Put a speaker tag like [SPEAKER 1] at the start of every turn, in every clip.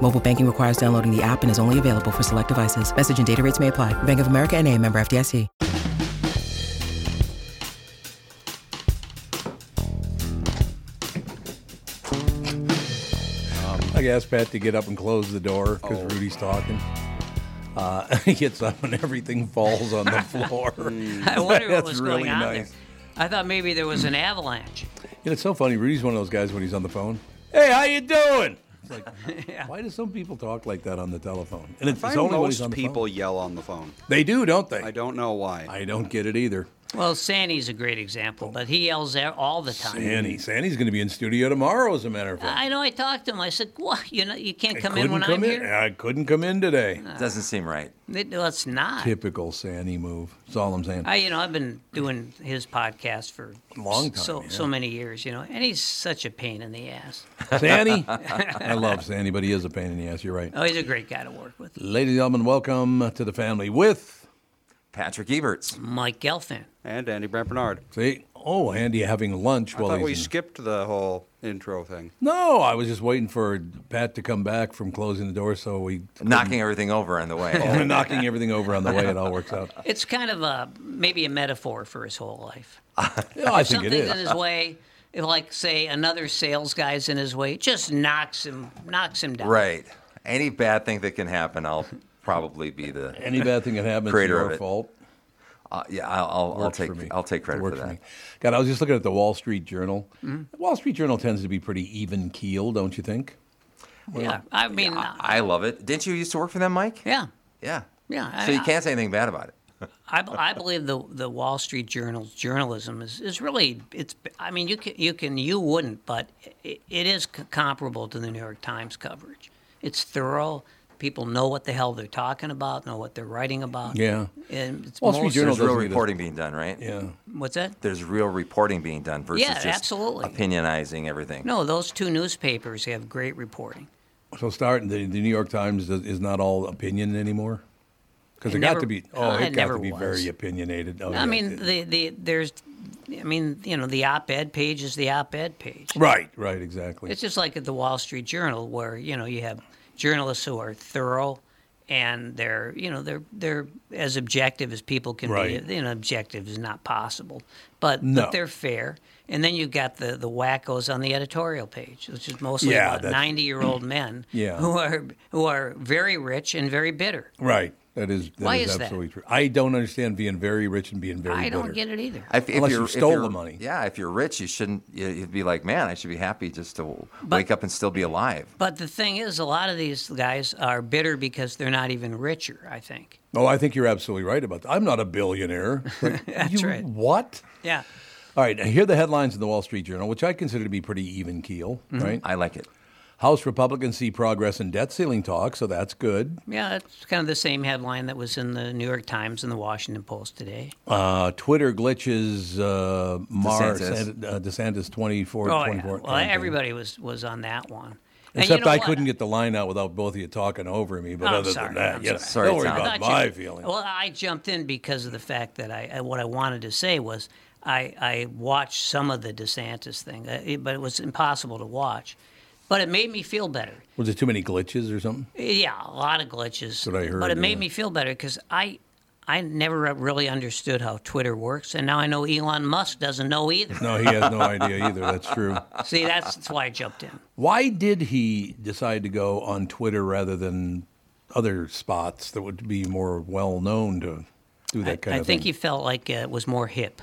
[SPEAKER 1] Mobile banking requires downloading the app and is only available for select devices. Message and data rates may apply. Bank of America and a member FDIC.
[SPEAKER 2] I asked Pat to get up and close the door
[SPEAKER 3] Oh.
[SPEAKER 2] because Rudy's talking. Uh, he gets up and everything falls on the floor.
[SPEAKER 3] Hmm.
[SPEAKER 4] I wonder what
[SPEAKER 2] That's
[SPEAKER 4] was
[SPEAKER 2] really
[SPEAKER 4] going on
[SPEAKER 2] nice.
[SPEAKER 4] there. I thought maybe there was an avalanche.
[SPEAKER 2] You know, it's so funny. Rudy's one of those guys when he's on the phone. Hey, how you doing? It's like, why do some people talk like that on the telephone? And it's,
[SPEAKER 3] I
[SPEAKER 2] it's
[SPEAKER 3] find
[SPEAKER 2] only when
[SPEAKER 3] most
[SPEAKER 2] he's on the
[SPEAKER 3] people
[SPEAKER 2] phone.
[SPEAKER 3] yell on the phone.
[SPEAKER 2] They do, don't they?
[SPEAKER 3] I don't know why.
[SPEAKER 2] I don't get it either.
[SPEAKER 4] Well, Sandy's a great example, but he yells there all the time.
[SPEAKER 2] Sandy, Sandy's going to be in studio tomorrow, as a matter of fact.
[SPEAKER 4] I know. I talked to him. I said, "What? You know, you can't
[SPEAKER 2] I
[SPEAKER 4] Uh, come in
[SPEAKER 2] couldn't
[SPEAKER 4] when
[SPEAKER 2] come
[SPEAKER 4] I'm
[SPEAKER 2] in.
[SPEAKER 4] here." Uh.
[SPEAKER 2] I couldn't come in today.
[SPEAKER 5] Doesn't seem right.
[SPEAKER 4] It- no, it's not.
[SPEAKER 2] Typical Sandy move. That's all I'm saying.
[SPEAKER 4] I, you know, I've been doing his podcast for
[SPEAKER 2] Long
[SPEAKER 4] s- so
[SPEAKER 2] time, yeah.
[SPEAKER 4] so many years. You know, and he's such a pain in the ass.
[SPEAKER 2] Sandy, I love Sandy, but he is a pain in the ass. You're right.
[SPEAKER 4] Oh, he's a great guy to work with.
[SPEAKER 2] Ladies and gentlemen, welcome to the family with.
[SPEAKER 5] Patrick Eberts.
[SPEAKER 2] Mm-hmm.
[SPEAKER 4] Mike Gelfand.
[SPEAKER 3] and Andy Brant Bernard.
[SPEAKER 2] See, oh, Andy having lunch
[SPEAKER 3] I
[SPEAKER 2] while
[SPEAKER 3] thought
[SPEAKER 2] he's.
[SPEAKER 3] we
[SPEAKER 2] in-
[SPEAKER 3] skipped the whole intro thing.
[SPEAKER 2] no, I was just waiting for Pat to come back from closing the door, so we
[SPEAKER 5] Knocking everything over on the way.
[SPEAKER 2] we're knocking everything over on the way. It all works out.
[SPEAKER 4] It's kind of a maybe a metaphor for his whole life.
[SPEAKER 2] Yeah, I think it
[SPEAKER 4] Something's in
[SPEAKER 2] is.
[SPEAKER 4] his way. if, Like say another sales guy's in his way, it just knocks him, knocks him down.
[SPEAKER 5] right. Any bad thing that can happen, I'll probably be the.
[SPEAKER 2] Any bad thing that happens, it's
[SPEAKER 5] Creator of
[SPEAKER 2] your
[SPEAKER 5] it.
[SPEAKER 2] fault.
[SPEAKER 5] Uh, yeah, I'll, I'll, I'll
[SPEAKER 2] Works
[SPEAKER 5] take.
[SPEAKER 2] for me.
[SPEAKER 5] I'll take credit for
[SPEAKER 2] Works
[SPEAKER 5] that.
[SPEAKER 2] me. God, I was just looking at the Wall Street Journal. The Wall Street Journal tends to be pretty even keel, don't you think?
[SPEAKER 4] yeah. I mean, yeah. I,
[SPEAKER 5] I love it. Didn't you used to work for them, Mike?
[SPEAKER 4] yeah.
[SPEAKER 5] Yeah.
[SPEAKER 4] Yeah,
[SPEAKER 5] So
[SPEAKER 4] I-
[SPEAKER 5] you can't say anything bad about it.
[SPEAKER 4] I, I believe the the Wall Street Journal's journalism is, is really it's I mean you can you can you wouldn't but it, it is c- comparable to the New York Times coverage. It's thorough. People know what the hell they're talking about, know what they're writing about.
[SPEAKER 2] Yeah.
[SPEAKER 4] And it's
[SPEAKER 2] Wall Street
[SPEAKER 4] most-
[SPEAKER 2] Journal-
[SPEAKER 5] There's real
[SPEAKER 2] doesn't need to-
[SPEAKER 5] reporting being done, right?
[SPEAKER 2] Yeah.
[SPEAKER 4] What's that?
[SPEAKER 5] There's real reporting being done versus
[SPEAKER 4] Yeah,
[SPEAKER 5] just
[SPEAKER 4] absolutely.
[SPEAKER 5] opinionizing everything.
[SPEAKER 4] No, those two newspapers have great reporting.
[SPEAKER 2] So starting the, the New York Times does, is not all opinion anymore because
[SPEAKER 4] It
[SPEAKER 2] it, got
[SPEAKER 4] never-
[SPEAKER 2] to be oh
[SPEAKER 4] uh,
[SPEAKER 2] it,
[SPEAKER 4] it
[SPEAKER 2] got to
[SPEAKER 4] never
[SPEAKER 2] be
[SPEAKER 4] was.
[SPEAKER 2] very opinionated. Oh, yeah,
[SPEAKER 4] I mean,
[SPEAKER 2] it-
[SPEAKER 4] the, the there's, I mean, you know, the op-ed page is the op-ed page.
[SPEAKER 2] right, right, exactly.
[SPEAKER 4] It's just like at the Wall Street Journal, where you know you have journalists who are thorough, and they're you know they're they're as objective as people can
[SPEAKER 2] Right.
[SPEAKER 4] be. You know, objective is not possible, but,
[SPEAKER 2] No.
[SPEAKER 4] but they're fair. And then you've got the the wackos on the editorial page, which is mostly
[SPEAKER 2] Yeah,
[SPEAKER 4] about
[SPEAKER 2] that's-
[SPEAKER 4] ninety year old men
[SPEAKER 2] Yeah.
[SPEAKER 4] who are who are very rich and very bitter.
[SPEAKER 2] Right. That is that is
[SPEAKER 4] Why is that?
[SPEAKER 2] absolutely true. I don't understand being very rich and being very
[SPEAKER 4] I don't
[SPEAKER 2] bitter.
[SPEAKER 4] get it either.
[SPEAKER 5] If, if
[SPEAKER 2] Unless
[SPEAKER 5] you're-
[SPEAKER 2] you
[SPEAKER 5] if
[SPEAKER 2] stole
[SPEAKER 5] you're-
[SPEAKER 2] the money.
[SPEAKER 5] Yeah, if you're rich, you shouldn't. you- You'd be like, man, I should be happy just to wake up and still be alive.
[SPEAKER 4] But the thing is, a lot of these guys are bitter because they're not even richer, I think.
[SPEAKER 2] Oh, I think you're absolutely right about that. I'm not a billionaire. It's like,
[SPEAKER 4] That's
[SPEAKER 2] you
[SPEAKER 4] right.
[SPEAKER 2] What?
[SPEAKER 4] Yeah.
[SPEAKER 2] All right, here are the headlines in the Wall Street Journal, which I consider to be pretty even keel,
[SPEAKER 4] Mm-hmm.
[SPEAKER 2] right?
[SPEAKER 5] I like it.
[SPEAKER 2] House Republicans see progress in debt ceiling talk, so that's good.
[SPEAKER 4] Yeah, it's kind of the same headline that was in the New York Times and the Washington Post today.
[SPEAKER 2] Uh, Twitter glitches uh, Mar
[SPEAKER 5] DeSantis.
[SPEAKER 2] San- uh, DeSantis 24
[SPEAKER 4] Oh, yeah.
[SPEAKER 2] 24.
[SPEAKER 4] Well,
[SPEAKER 2] campaign.
[SPEAKER 4] everybody was, was on that one. And you
[SPEAKER 2] Except
[SPEAKER 4] know
[SPEAKER 2] I
[SPEAKER 4] what?
[SPEAKER 2] couldn't get the line out without both of you talking over me, but
[SPEAKER 4] I'm
[SPEAKER 2] other
[SPEAKER 4] sorry,
[SPEAKER 2] than that,
[SPEAKER 4] I'm
[SPEAKER 2] yeah,
[SPEAKER 5] sorry.
[SPEAKER 2] don't worry
[SPEAKER 5] Sorry, Tom.
[SPEAKER 4] I
[SPEAKER 2] about
[SPEAKER 4] thought
[SPEAKER 2] my
[SPEAKER 4] you-
[SPEAKER 2] feelings.
[SPEAKER 4] Well, I jumped in because of the fact that I, I what I wanted to say was I, I watched some of the DeSantis thing, uh, it- but it was impossible to watch. But it made me feel better.
[SPEAKER 2] Was it too many glitches or something?
[SPEAKER 4] Yeah, a lot of glitches.
[SPEAKER 2] what I heard,
[SPEAKER 4] But it made
[SPEAKER 2] yeah.
[SPEAKER 4] me feel better because I, I never really understood how Twitter works, and now I know Elon Musk doesn't know either.
[SPEAKER 2] No, he has no idea either. That's true.
[SPEAKER 4] See, that's, that's why I jumped in.
[SPEAKER 2] Why did he decide to go on Twitter rather than other spots that would be more well known to do that kind
[SPEAKER 4] I
[SPEAKER 2] of
[SPEAKER 4] think
[SPEAKER 2] thing?
[SPEAKER 4] he felt like uh, it was more hip.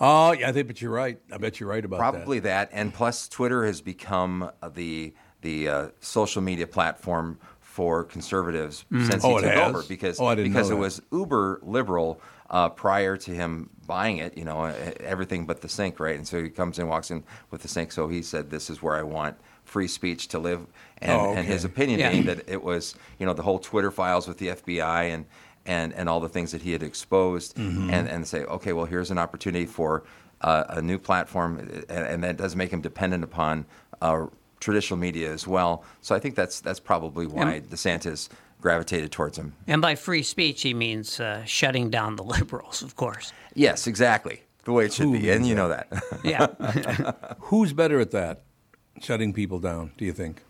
[SPEAKER 2] oh, yeah, I think, but you're right. I bet you're right about
[SPEAKER 5] Probably that, and plus Twitter has become uh, the the uh, social media platform for conservatives since
[SPEAKER 2] Oh,
[SPEAKER 5] he
[SPEAKER 2] it
[SPEAKER 5] took
[SPEAKER 2] has?
[SPEAKER 5] over because
[SPEAKER 2] Oh, I didn't
[SPEAKER 5] because
[SPEAKER 2] know
[SPEAKER 5] it
[SPEAKER 2] that.
[SPEAKER 5] was uber liberal uh, prior to him buying it. You know e- everything but the sink, right? And so he comes and walks in with the sink. So he said, "This is where I want." Free speech to live, and,
[SPEAKER 2] Oh,
[SPEAKER 5] and his
[SPEAKER 2] okay.
[SPEAKER 5] opinion
[SPEAKER 4] Yeah.
[SPEAKER 5] being that it was, you know, the whole Twitter files with the FBI and and, and all the things that he had exposed
[SPEAKER 2] Mm-hmm.
[SPEAKER 5] and, and say, okay, well, here's an opportunity for uh, a new platform. uh, And, and that does make him dependent upon uh, traditional media as well. So I think that's, that's probably why DeSantis gravitated towards him.
[SPEAKER 4] And by free speech, he means uh, shutting down the liberals, of course.
[SPEAKER 5] Yes, exactly. The way it should be. And you know that.
[SPEAKER 4] Yeah.
[SPEAKER 2] Who's better at that, shutting people down? Do you think?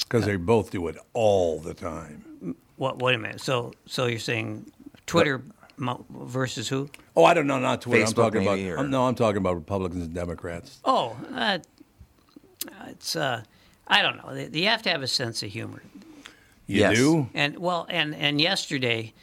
[SPEAKER 2] Because they both do it all the time.
[SPEAKER 4] what? Wait a minute. So, so you're saying Twitter mo- versus who?
[SPEAKER 2] Oh, I don't know. Not Twitter. I'm
[SPEAKER 5] Facebook
[SPEAKER 2] talking
[SPEAKER 5] maybe,
[SPEAKER 2] about.
[SPEAKER 5] or-
[SPEAKER 2] I'm- no, I'm talking about Republicans and Democrats.
[SPEAKER 4] Oh, uh, it's uh, I don't know. You have to have a sense of humor.
[SPEAKER 2] You
[SPEAKER 5] Yes.
[SPEAKER 2] do.
[SPEAKER 4] And well, and and yesterday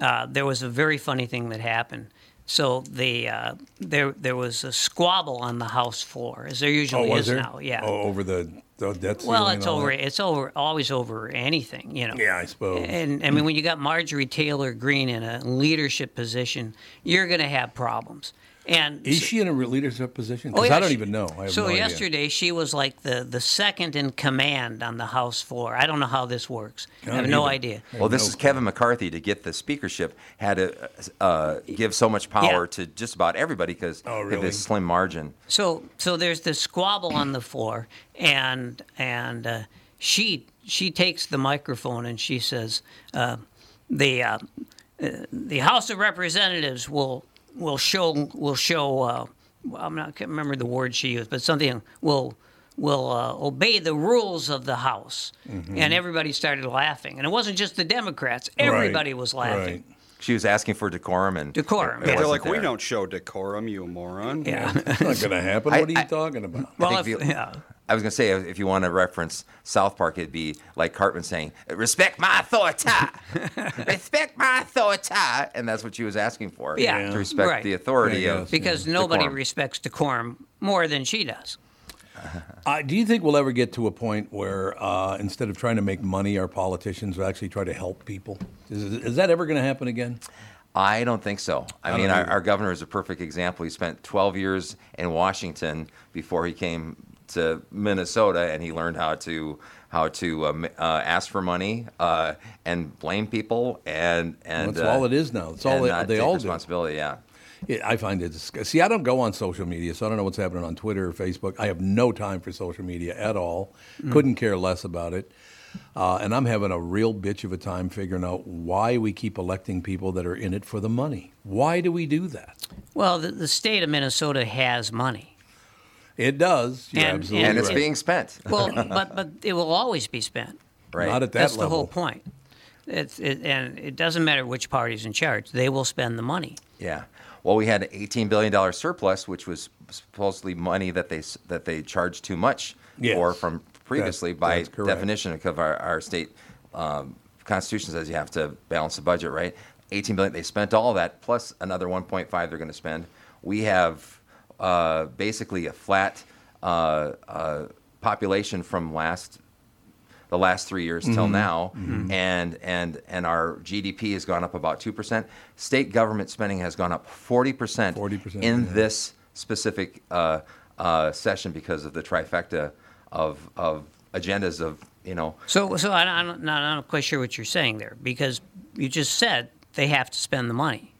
[SPEAKER 4] uh, there was a very funny thing that happened. So the uh, there there was a squabble on the House floor, as there
[SPEAKER 2] Oh,
[SPEAKER 4] usually
[SPEAKER 2] was
[SPEAKER 4] is
[SPEAKER 2] there?
[SPEAKER 4] now. Yeah.
[SPEAKER 2] Oh, over the, the debt
[SPEAKER 4] well,
[SPEAKER 2] ceiling
[SPEAKER 4] it's
[SPEAKER 2] and all
[SPEAKER 4] over.
[SPEAKER 2] that?
[SPEAKER 4] It's over. Always over anything, you know.
[SPEAKER 2] Yeah, I suppose.
[SPEAKER 4] And I mean, when you got Marjorie Taylor Greene in a leadership position, you're going to have problems. And
[SPEAKER 2] Is
[SPEAKER 4] so-
[SPEAKER 2] she in a re- leadership position?
[SPEAKER 4] Oh,
[SPEAKER 2] Because
[SPEAKER 4] yeah,
[SPEAKER 2] I don't
[SPEAKER 4] she-
[SPEAKER 2] even know. I have
[SPEAKER 4] so
[SPEAKER 2] no idea.
[SPEAKER 4] yesterday she was like the, the second in command on the House floor. I don't know how this works. I
[SPEAKER 2] don't
[SPEAKER 4] have no
[SPEAKER 2] either.
[SPEAKER 4] idea.
[SPEAKER 5] Well, this is Kevin McCarthy to get the speakership had to uh, give so much power
[SPEAKER 4] Yeah.
[SPEAKER 5] to just about everybody because
[SPEAKER 2] Oh,
[SPEAKER 5] of
[SPEAKER 2] really?
[SPEAKER 5] this slim margin.
[SPEAKER 4] So so there's this squabble on the floor, and and uh, she she takes the microphone and she says, uh, the uh, uh, the House of Representatives will will show will show. Uh, I'm not I can't remember the word she used, but something will will uh, obey the rules of the House, and everybody started laughing. And it wasn't just the Democrats; everybody
[SPEAKER 2] Mm-hmm. Right,
[SPEAKER 4] was laughing.
[SPEAKER 2] right.
[SPEAKER 5] She was asking for decorum and
[SPEAKER 4] Decorum,
[SPEAKER 5] it
[SPEAKER 4] yeah.
[SPEAKER 5] wasn't
[SPEAKER 3] They're like, we
[SPEAKER 5] there.
[SPEAKER 3] don't show decorum, you moron.
[SPEAKER 4] Yeah.
[SPEAKER 2] It's not going to happen.
[SPEAKER 5] I-
[SPEAKER 2] What are you
[SPEAKER 5] I-
[SPEAKER 2] talking about?
[SPEAKER 4] Well,
[SPEAKER 5] think
[SPEAKER 4] if-
[SPEAKER 5] the-
[SPEAKER 4] yeah.
[SPEAKER 5] I was gonna say if you want to reference South Park, it'd be like Cartman saying, "Respect my authority, respect my authority," and that's what she was asking for.
[SPEAKER 4] Yeah.
[SPEAKER 5] to respect
[SPEAKER 4] Right.
[SPEAKER 5] the authority
[SPEAKER 2] Yeah, I
[SPEAKER 5] of
[SPEAKER 2] guess.
[SPEAKER 4] because nobody
[SPEAKER 5] Decorum.
[SPEAKER 4] respects decorum more than she does.
[SPEAKER 2] Uh, do you think we'll ever get to a point where uh, instead of trying to make money, our politicians will actually try to help people? Is, is that ever going to happen again?
[SPEAKER 5] I don't think so. I, mean,
[SPEAKER 2] don't
[SPEAKER 5] our,
[SPEAKER 2] either.
[SPEAKER 5] our governor is a perfect example. He spent 12 years in Washington before he came to Minnesota, and he learned how to how to um, uh, ask for money uh, and blame people, and and uh,
[SPEAKER 2] That's
[SPEAKER 4] uh,
[SPEAKER 2] all it is now. That's all
[SPEAKER 5] and
[SPEAKER 2] they-
[SPEAKER 5] not
[SPEAKER 2] they
[SPEAKER 5] take
[SPEAKER 2] all do.
[SPEAKER 5] responsibility. Yeah,
[SPEAKER 2] It, I find it. disg- See, I don't go on social media, so I don't know what's happening on Twitter or Facebook. I have no time for social media at all. Couldn't care less about it. Uh, and I'm having a real bitch of a time figuring out why we keep electing people that are in it for the money. Why do we do that?
[SPEAKER 4] Well, the, the state of Minnesota has money.
[SPEAKER 2] It does. You're
[SPEAKER 4] And-
[SPEAKER 2] absolutely
[SPEAKER 5] and it's
[SPEAKER 2] right.
[SPEAKER 5] being spent.
[SPEAKER 4] Well, but but it will always be spent.
[SPEAKER 5] Right.
[SPEAKER 2] not at that
[SPEAKER 4] That's
[SPEAKER 2] level.
[SPEAKER 4] the whole point. It's, it, and it doesn't matter which party's in charge; they will spend the money.
[SPEAKER 5] Yeah. Well, we had an eighteen billion dollar surplus, which was supposedly money that they s- that they charged too much
[SPEAKER 2] Yes.
[SPEAKER 5] for from previously
[SPEAKER 2] That-
[SPEAKER 5] by
[SPEAKER 2] that's correct.
[SPEAKER 5] definition of our, our state um, constitution says you have to balance the budget, right? Eighteen billion. They spent all that plus another one point five they're going to spend. We have uh, basically a flat uh, uh, population from last the last three years till
[SPEAKER 2] Mm-hmm.
[SPEAKER 5] now, and and and our GDP has gone up about two percent. State government spending has gone up forty percent
[SPEAKER 2] 40%,
[SPEAKER 5] in
[SPEAKER 2] yeah.
[SPEAKER 5] this specific uh, uh, session because of the trifecta of of agendas of you know
[SPEAKER 4] So, so I, I'm not, I'm not quite sure what you're saying there, because you just said they have to spend the money.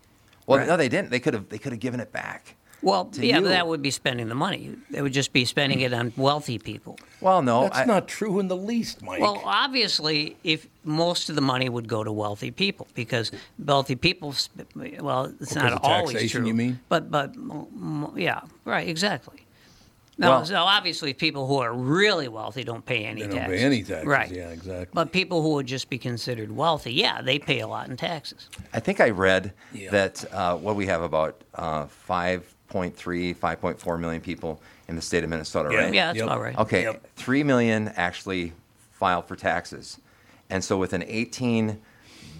[SPEAKER 5] well
[SPEAKER 4] Right.
[SPEAKER 5] no they didn't they could have they could have given it back
[SPEAKER 4] Well,
[SPEAKER 5] To
[SPEAKER 4] yeah,
[SPEAKER 5] you.
[SPEAKER 4] but that would be spending the money. They would just be spending it on wealthy people.
[SPEAKER 5] well no
[SPEAKER 2] That's
[SPEAKER 5] I-
[SPEAKER 2] not true in the least, Mike.
[SPEAKER 4] Well, obviously, if most of the money would go to wealthy people, because wealthy people, sp- well, it's
[SPEAKER 2] Because
[SPEAKER 4] not
[SPEAKER 2] of
[SPEAKER 4] always
[SPEAKER 2] taxation,
[SPEAKER 4] true.
[SPEAKER 2] you mean?
[SPEAKER 4] But but mo- mo- yeah, right, exactly. No,
[SPEAKER 5] Well-
[SPEAKER 4] so obviously, people who are really wealthy don't pay any
[SPEAKER 2] they don't
[SPEAKER 4] taxes.
[SPEAKER 2] pay any taxes.
[SPEAKER 4] Right.
[SPEAKER 2] Yeah, exactly.
[SPEAKER 4] But people who would just be considered wealthy, yeah, they pay a lot in taxes.
[SPEAKER 5] I think I read
[SPEAKER 2] Yeah.
[SPEAKER 5] that uh, what we have about uh, 5.3 5.4 million people in the state of Minnesota
[SPEAKER 2] Yeah.
[SPEAKER 5] right
[SPEAKER 4] Yeah, that's
[SPEAKER 2] Yep.
[SPEAKER 4] about right.
[SPEAKER 5] Okay,
[SPEAKER 2] Yep.
[SPEAKER 5] three million actually filed for taxes, and so with an eighteen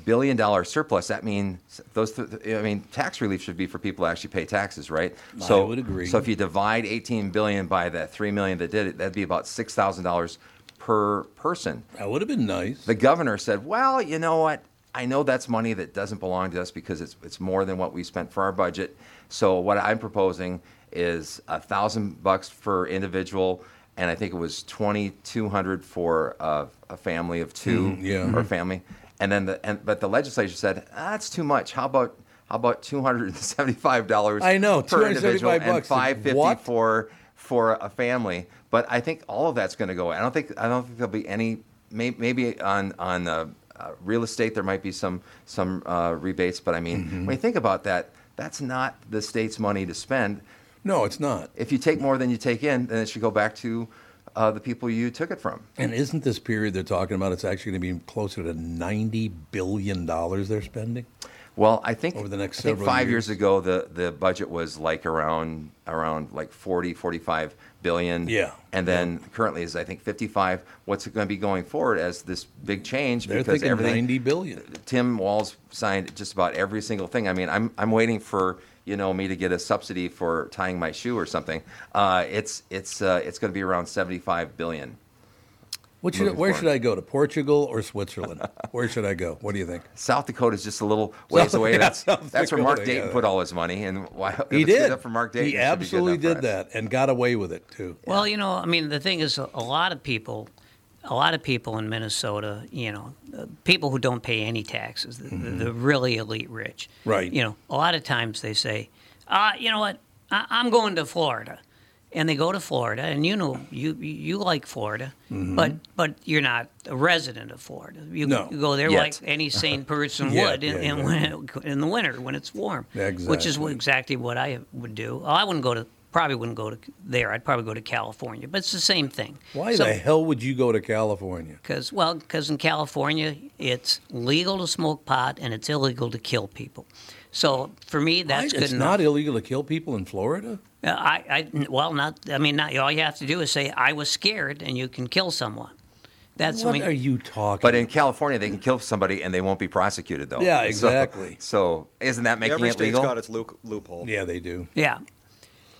[SPEAKER 5] billion dollar surplus, that means those. Th- I mean, tax relief should be for people to actually pay taxes, right?
[SPEAKER 2] I would agree.
[SPEAKER 5] So if you divide eighteen billion by that three million that did it, that'd be about six thousand dollars per person.
[SPEAKER 2] that would have been nice.
[SPEAKER 5] The governor said, "Well, you know what? I know that's money that doesn't belong to us because it's it's more than what we spent for our budget. So what I'm proposing is a thousand bucks for individual, and I think it was twenty two hundred for a, a family of 2
[SPEAKER 2] yeah.
[SPEAKER 5] or family, And then the and, but the legislature said ah, that's too much. How about how about two hundred and seventy five dollars?
[SPEAKER 2] I know,
[SPEAKER 5] per individual
[SPEAKER 2] $275
[SPEAKER 5] and five fifty
[SPEAKER 2] What?
[SPEAKER 5] for for a family. But I think all of that's going to go away. I don't think I don't think there'll be any. May, maybe on on uh, uh, real estate there might be some some uh, rebates, but I mean
[SPEAKER 2] Mm-hmm.
[SPEAKER 5] when you think about that, that's not the state's money to spend.
[SPEAKER 2] No, it's not.
[SPEAKER 5] If you take more than you take in, then it should go back to uh, the people you took it from.
[SPEAKER 2] And isn't this period they're talking about? It's actually going to be closer to ninety billion dollars they're spending.
[SPEAKER 5] Well, I think
[SPEAKER 2] Over the next
[SPEAKER 5] I think
[SPEAKER 2] several
[SPEAKER 5] five
[SPEAKER 2] years.
[SPEAKER 5] years. ago the, the budget was like around around like 40, 45 billion.
[SPEAKER 2] Yeah.
[SPEAKER 5] And then currently is I think 55. What's it going to be going forward as this big change
[SPEAKER 2] They're
[SPEAKER 5] because
[SPEAKER 2] thinking
[SPEAKER 5] everything
[SPEAKER 2] ninety billion.
[SPEAKER 5] Tim Walls signed just about every single thing. I mean, I'm I'm waiting for you know me to get a subsidy for tying my shoe or something. Uh, it's it's uh, it's going to be around 75 billion.
[SPEAKER 2] What should,
[SPEAKER 5] Moving
[SPEAKER 2] where
[SPEAKER 5] forward.
[SPEAKER 2] should I go? To Portugal or Switzerland? where should I go? What do you think?
[SPEAKER 5] South Dakota is just a little ways
[SPEAKER 2] South-
[SPEAKER 5] away.
[SPEAKER 2] yeah,
[SPEAKER 5] that's
[SPEAKER 2] South
[SPEAKER 5] that's where Mark
[SPEAKER 2] Dakota,
[SPEAKER 5] Dayton
[SPEAKER 2] yeah.
[SPEAKER 5] put all his money, and why if
[SPEAKER 2] He
[SPEAKER 5] it's good
[SPEAKER 2] did.
[SPEAKER 5] enough for Mark Dayton.
[SPEAKER 2] he
[SPEAKER 5] it should be good
[SPEAKER 2] absolutely
[SPEAKER 5] enough for
[SPEAKER 2] did
[SPEAKER 5] us.
[SPEAKER 2] that and got away with it too.
[SPEAKER 4] Well, you know, I mean, the thing is, a a lot of people, a lot of people in Minnesota, you know, uh, people who don't pay any taxes, the, the, the really elite rich,
[SPEAKER 2] Mm-hmm. Right.
[SPEAKER 4] You know, a lot of times they say, uh, you know what, I, I'm going to Florida, and they go to Florida, and you know, you you like Florida, but but you're not a resident of Florida. You,
[SPEAKER 2] Mm-hmm. No,
[SPEAKER 4] you go there
[SPEAKER 5] yet.
[SPEAKER 4] like any sane person
[SPEAKER 2] Yeah,
[SPEAKER 4] would in,
[SPEAKER 2] yeah,
[SPEAKER 4] in,
[SPEAKER 2] yeah.
[SPEAKER 4] When, in the winter when it's warm, which is
[SPEAKER 2] Exactly.
[SPEAKER 4] what exactly what I would do. Well, I wouldn't go to probably wouldn't go to there. I'd probably go to California, but it's the same thing.
[SPEAKER 2] Why the hell would you go to California?
[SPEAKER 4] Because well, because in California it's legal to smoke pot and it's illegal to kill people. So for me, that's
[SPEAKER 2] I-
[SPEAKER 4] good
[SPEAKER 2] it's
[SPEAKER 4] enough.
[SPEAKER 2] not illegal to kill people in Florida.
[SPEAKER 4] Uh, I, I well, not I mean, not all you have to do is say I was scared and you can kill someone. That's
[SPEAKER 2] what
[SPEAKER 4] I mean,
[SPEAKER 2] are you talking?
[SPEAKER 5] But in California, they can kill somebody and they won't be prosecuted, though.
[SPEAKER 2] Yeah,
[SPEAKER 5] So-
[SPEAKER 2] exactly.
[SPEAKER 5] So, isn't that making
[SPEAKER 3] Every
[SPEAKER 5] it
[SPEAKER 3] state's
[SPEAKER 5] legal?
[SPEAKER 3] got its loop- loophole.
[SPEAKER 2] yeah, they do.
[SPEAKER 4] yeah.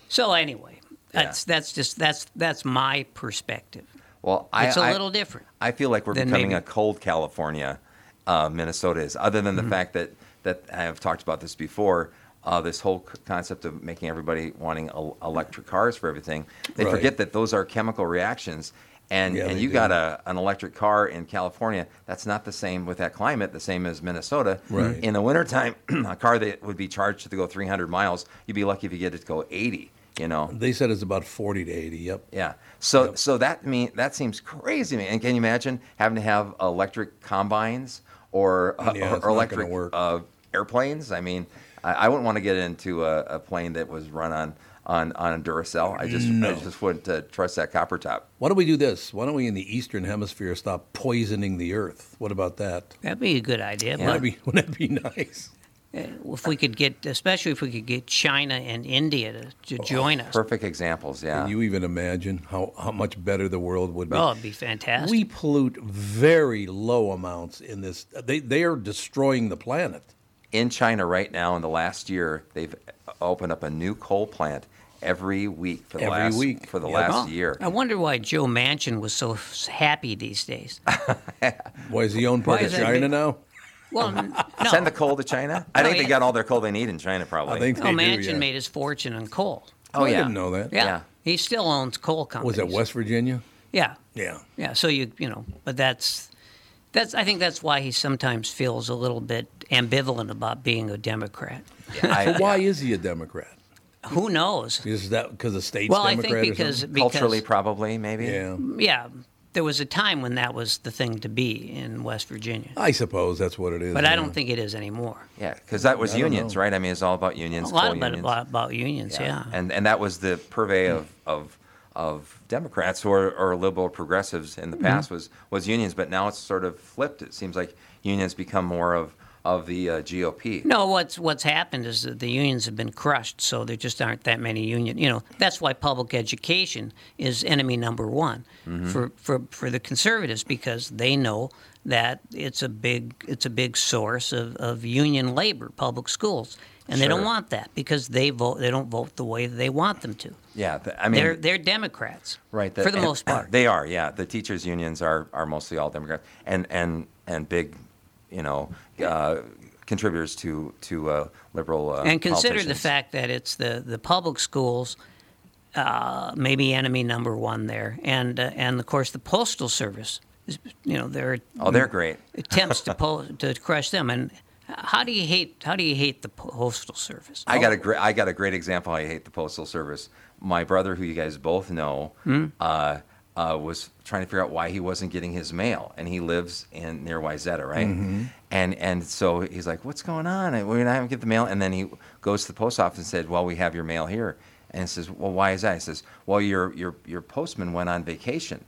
[SPEAKER 4] So anyway, that's that's just that's that's my perspective.
[SPEAKER 5] Well, I,
[SPEAKER 4] It's a
[SPEAKER 5] I-
[SPEAKER 4] little different.
[SPEAKER 5] I feel like we're
[SPEAKER 4] Then
[SPEAKER 5] becoming
[SPEAKER 4] maybe-
[SPEAKER 5] a cold California. Uh, Minnesota is, other than the
[SPEAKER 2] Mm-hmm.
[SPEAKER 5] fact that that I have talked about this before. Uh, this whole c- concept of making everybody wanting el- electric cars for everything, they
[SPEAKER 2] Right.
[SPEAKER 5] forget that those are chemical reactions. And
[SPEAKER 2] Yeah,
[SPEAKER 5] and
[SPEAKER 2] they
[SPEAKER 5] you
[SPEAKER 2] do.
[SPEAKER 5] got a an electric car in California. That's not the same with that climate. The same as Minnesota.
[SPEAKER 2] Right.
[SPEAKER 5] In the wintertime, a car that would be charged to go 300 miles, you'd be lucky if you get it to go 80. You know.
[SPEAKER 2] They said it's about forty to eighty. Yep.
[SPEAKER 5] Yeah. So so that mean that seems crazy to me. And can you imagine having to have electric combines or uh,
[SPEAKER 2] Yeah,
[SPEAKER 5] or-
[SPEAKER 2] it's
[SPEAKER 5] or
[SPEAKER 2] not
[SPEAKER 5] electric
[SPEAKER 2] gonna work.
[SPEAKER 5] Uh, airplanes? I mean, I, I wouldn't want to get into a, a plane that was run on on on Duracell. I just I just wouldn't uh, trust that copper top.
[SPEAKER 2] Why don't we do this? Why don't we in the Eastern Hemisphere stop poisoning the Earth? What about that?
[SPEAKER 4] That'd be a good idea.
[SPEAKER 5] Yeah.
[SPEAKER 4] but-
[SPEAKER 2] That'd be, wouldn't that be nice?
[SPEAKER 4] if we could get, especially if we could get China and India to, to join us,
[SPEAKER 5] Oh, Perfect examples. Yeah.
[SPEAKER 2] Can you even imagine how, how much better the world would be?
[SPEAKER 4] oh, it'd be fantastic.
[SPEAKER 2] we pollute very low amounts in this. They, they are destroying the planet.
[SPEAKER 5] in China right now in the last year, they've opened up a new coal plant every week for the
[SPEAKER 2] Every
[SPEAKER 5] last
[SPEAKER 2] week.
[SPEAKER 5] for the
[SPEAKER 2] Yeah.
[SPEAKER 4] Oh,
[SPEAKER 5] last year.
[SPEAKER 4] I wonder why Joe Manchin was so s- happy these days.
[SPEAKER 2] Why is he owned part of
[SPEAKER 4] Why is that
[SPEAKER 2] China
[SPEAKER 4] big?
[SPEAKER 2] now?
[SPEAKER 4] Well, n- no,
[SPEAKER 5] Send the coal to China. I
[SPEAKER 4] No,
[SPEAKER 5] think they
[SPEAKER 4] yeah.
[SPEAKER 5] got all their coal they need in China. Probably.
[SPEAKER 2] I think
[SPEAKER 4] no
[SPEAKER 2] they do,
[SPEAKER 4] Manchin
[SPEAKER 2] yeah.
[SPEAKER 4] made his fortune on coal.
[SPEAKER 5] Oh
[SPEAKER 2] I
[SPEAKER 5] yeah.
[SPEAKER 2] didn't know that.
[SPEAKER 4] Yeah.
[SPEAKER 5] Yeah.
[SPEAKER 4] he still owns coal
[SPEAKER 2] Was
[SPEAKER 4] companies.
[SPEAKER 2] that West Virginia?
[SPEAKER 4] Yeah,
[SPEAKER 2] Yeah.
[SPEAKER 4] yeah. So you you know, but that's that's I think that's why he sometimes feels a little bit ambivalent about being a Democrat.
[SPEAKER 5] I-
[SPEAKER 2] Why is he a Democrat?
[SPEAKER 4] Who knows?
[SPEAKER 2] Is that because the state's
[SPEAKER 4] Well, I
[SPEAKER 2] Democrat?
[SPEAKER 4] think
[SPEAKER 2] or something?
[SPEAKER 4] because, because
[SPEAKER 5] culturally probably maybe
[SPEAKER 2] Yeah.
[SPEAKER 4] Yeah, there was a time when that was the thing to be in West Virginia,
[SPEAKER 5] Oh,
[SPEAKER 2] I suppose that's what it is.
[SPEAKER 4] but I
[SPEAKER 2] yeah.
[SPEAKER 4] don't think it is anymore.
[SPEAKER 5] yeah because that was
[SPEAKER 2] I don't
[SPEAKER 5] unions
[SPEAKER 2] know.
[SPEAKER 5] right i mean it's all about unions
[SPEAKER 4] a lot
[SPEAKER 5] coal
[SPEAKER 4] about,
[SPEAKER 5] unions.
[SPEAKER 4] about about unions, yeah.
[SPEAKER 5] and and that was the purvey
[SPEAKER 2] Hmm.
[SPEAKER 5] of of of democrats or or liberal progressives in the
[SPEAKER 4] Mm-hmm.
[SPEAKER 5] past was was unions but now it's sort of flipped it seems like unions become more of of the uh, gop
[SPEAKER 4] no, what's what's happened is that the unions have been crushed, so there just aren't that many union. You know, that's why public education is enemy number one
[SPEAKER 5] Mm-hmm.
[SPEAKER 4] for, for for the conservatives because they know that it's a big it's a big source of, of union labor, public schools, and they don't
[SPEAKER 5] Sure.
[SPEAKER 4] want that because they vote they don't vote the way they want them to.
[SPEAKER 5] yeah th- i mean
[SPEAKER 4] they're they're Democrats,
[SPEAKER 5] right
[SPEAKER 4] for the
[SPEAKER 5] and-
[SPEAKER 4] most part.
[SPEAKER 5] they are yeah the teachers unions are are mostly all democrats and and and big you know uh, contributors to to uh, liberal uh,
[SPEAKER 4] and consider the
[SPEAKER 5] politicians.
[SPEAKER 4] fact that it's the, the public schools, uh, maybe enemy number one there, and uh, and of course the postal service you know, their
[SPEAKER 5] Oh, they're great.
[SPEAKER 4] attempts to pull to crush them. And how do you hate? How do you hate the postal service?
[SPEAKER 5] I got a great I got a great example. How I hate the postal service. My brother, who you guys both know,
[SPEAKER 4] Hmm?
[SPEAKER 5] uh, uh, was trying to figure out why he wasn't getting his mail, and he lives in near Wyzetta, right?
[SPEAKER 4] Mm-hmm.
[SPEAKER 5] And and so he's like, "What's going on? I- We're not going to get the mail." And then he goes to the post office and said, "Well, we have your mail here." And he says, "Well, why is that?" He says, "Well, your your your postman went on vacation,"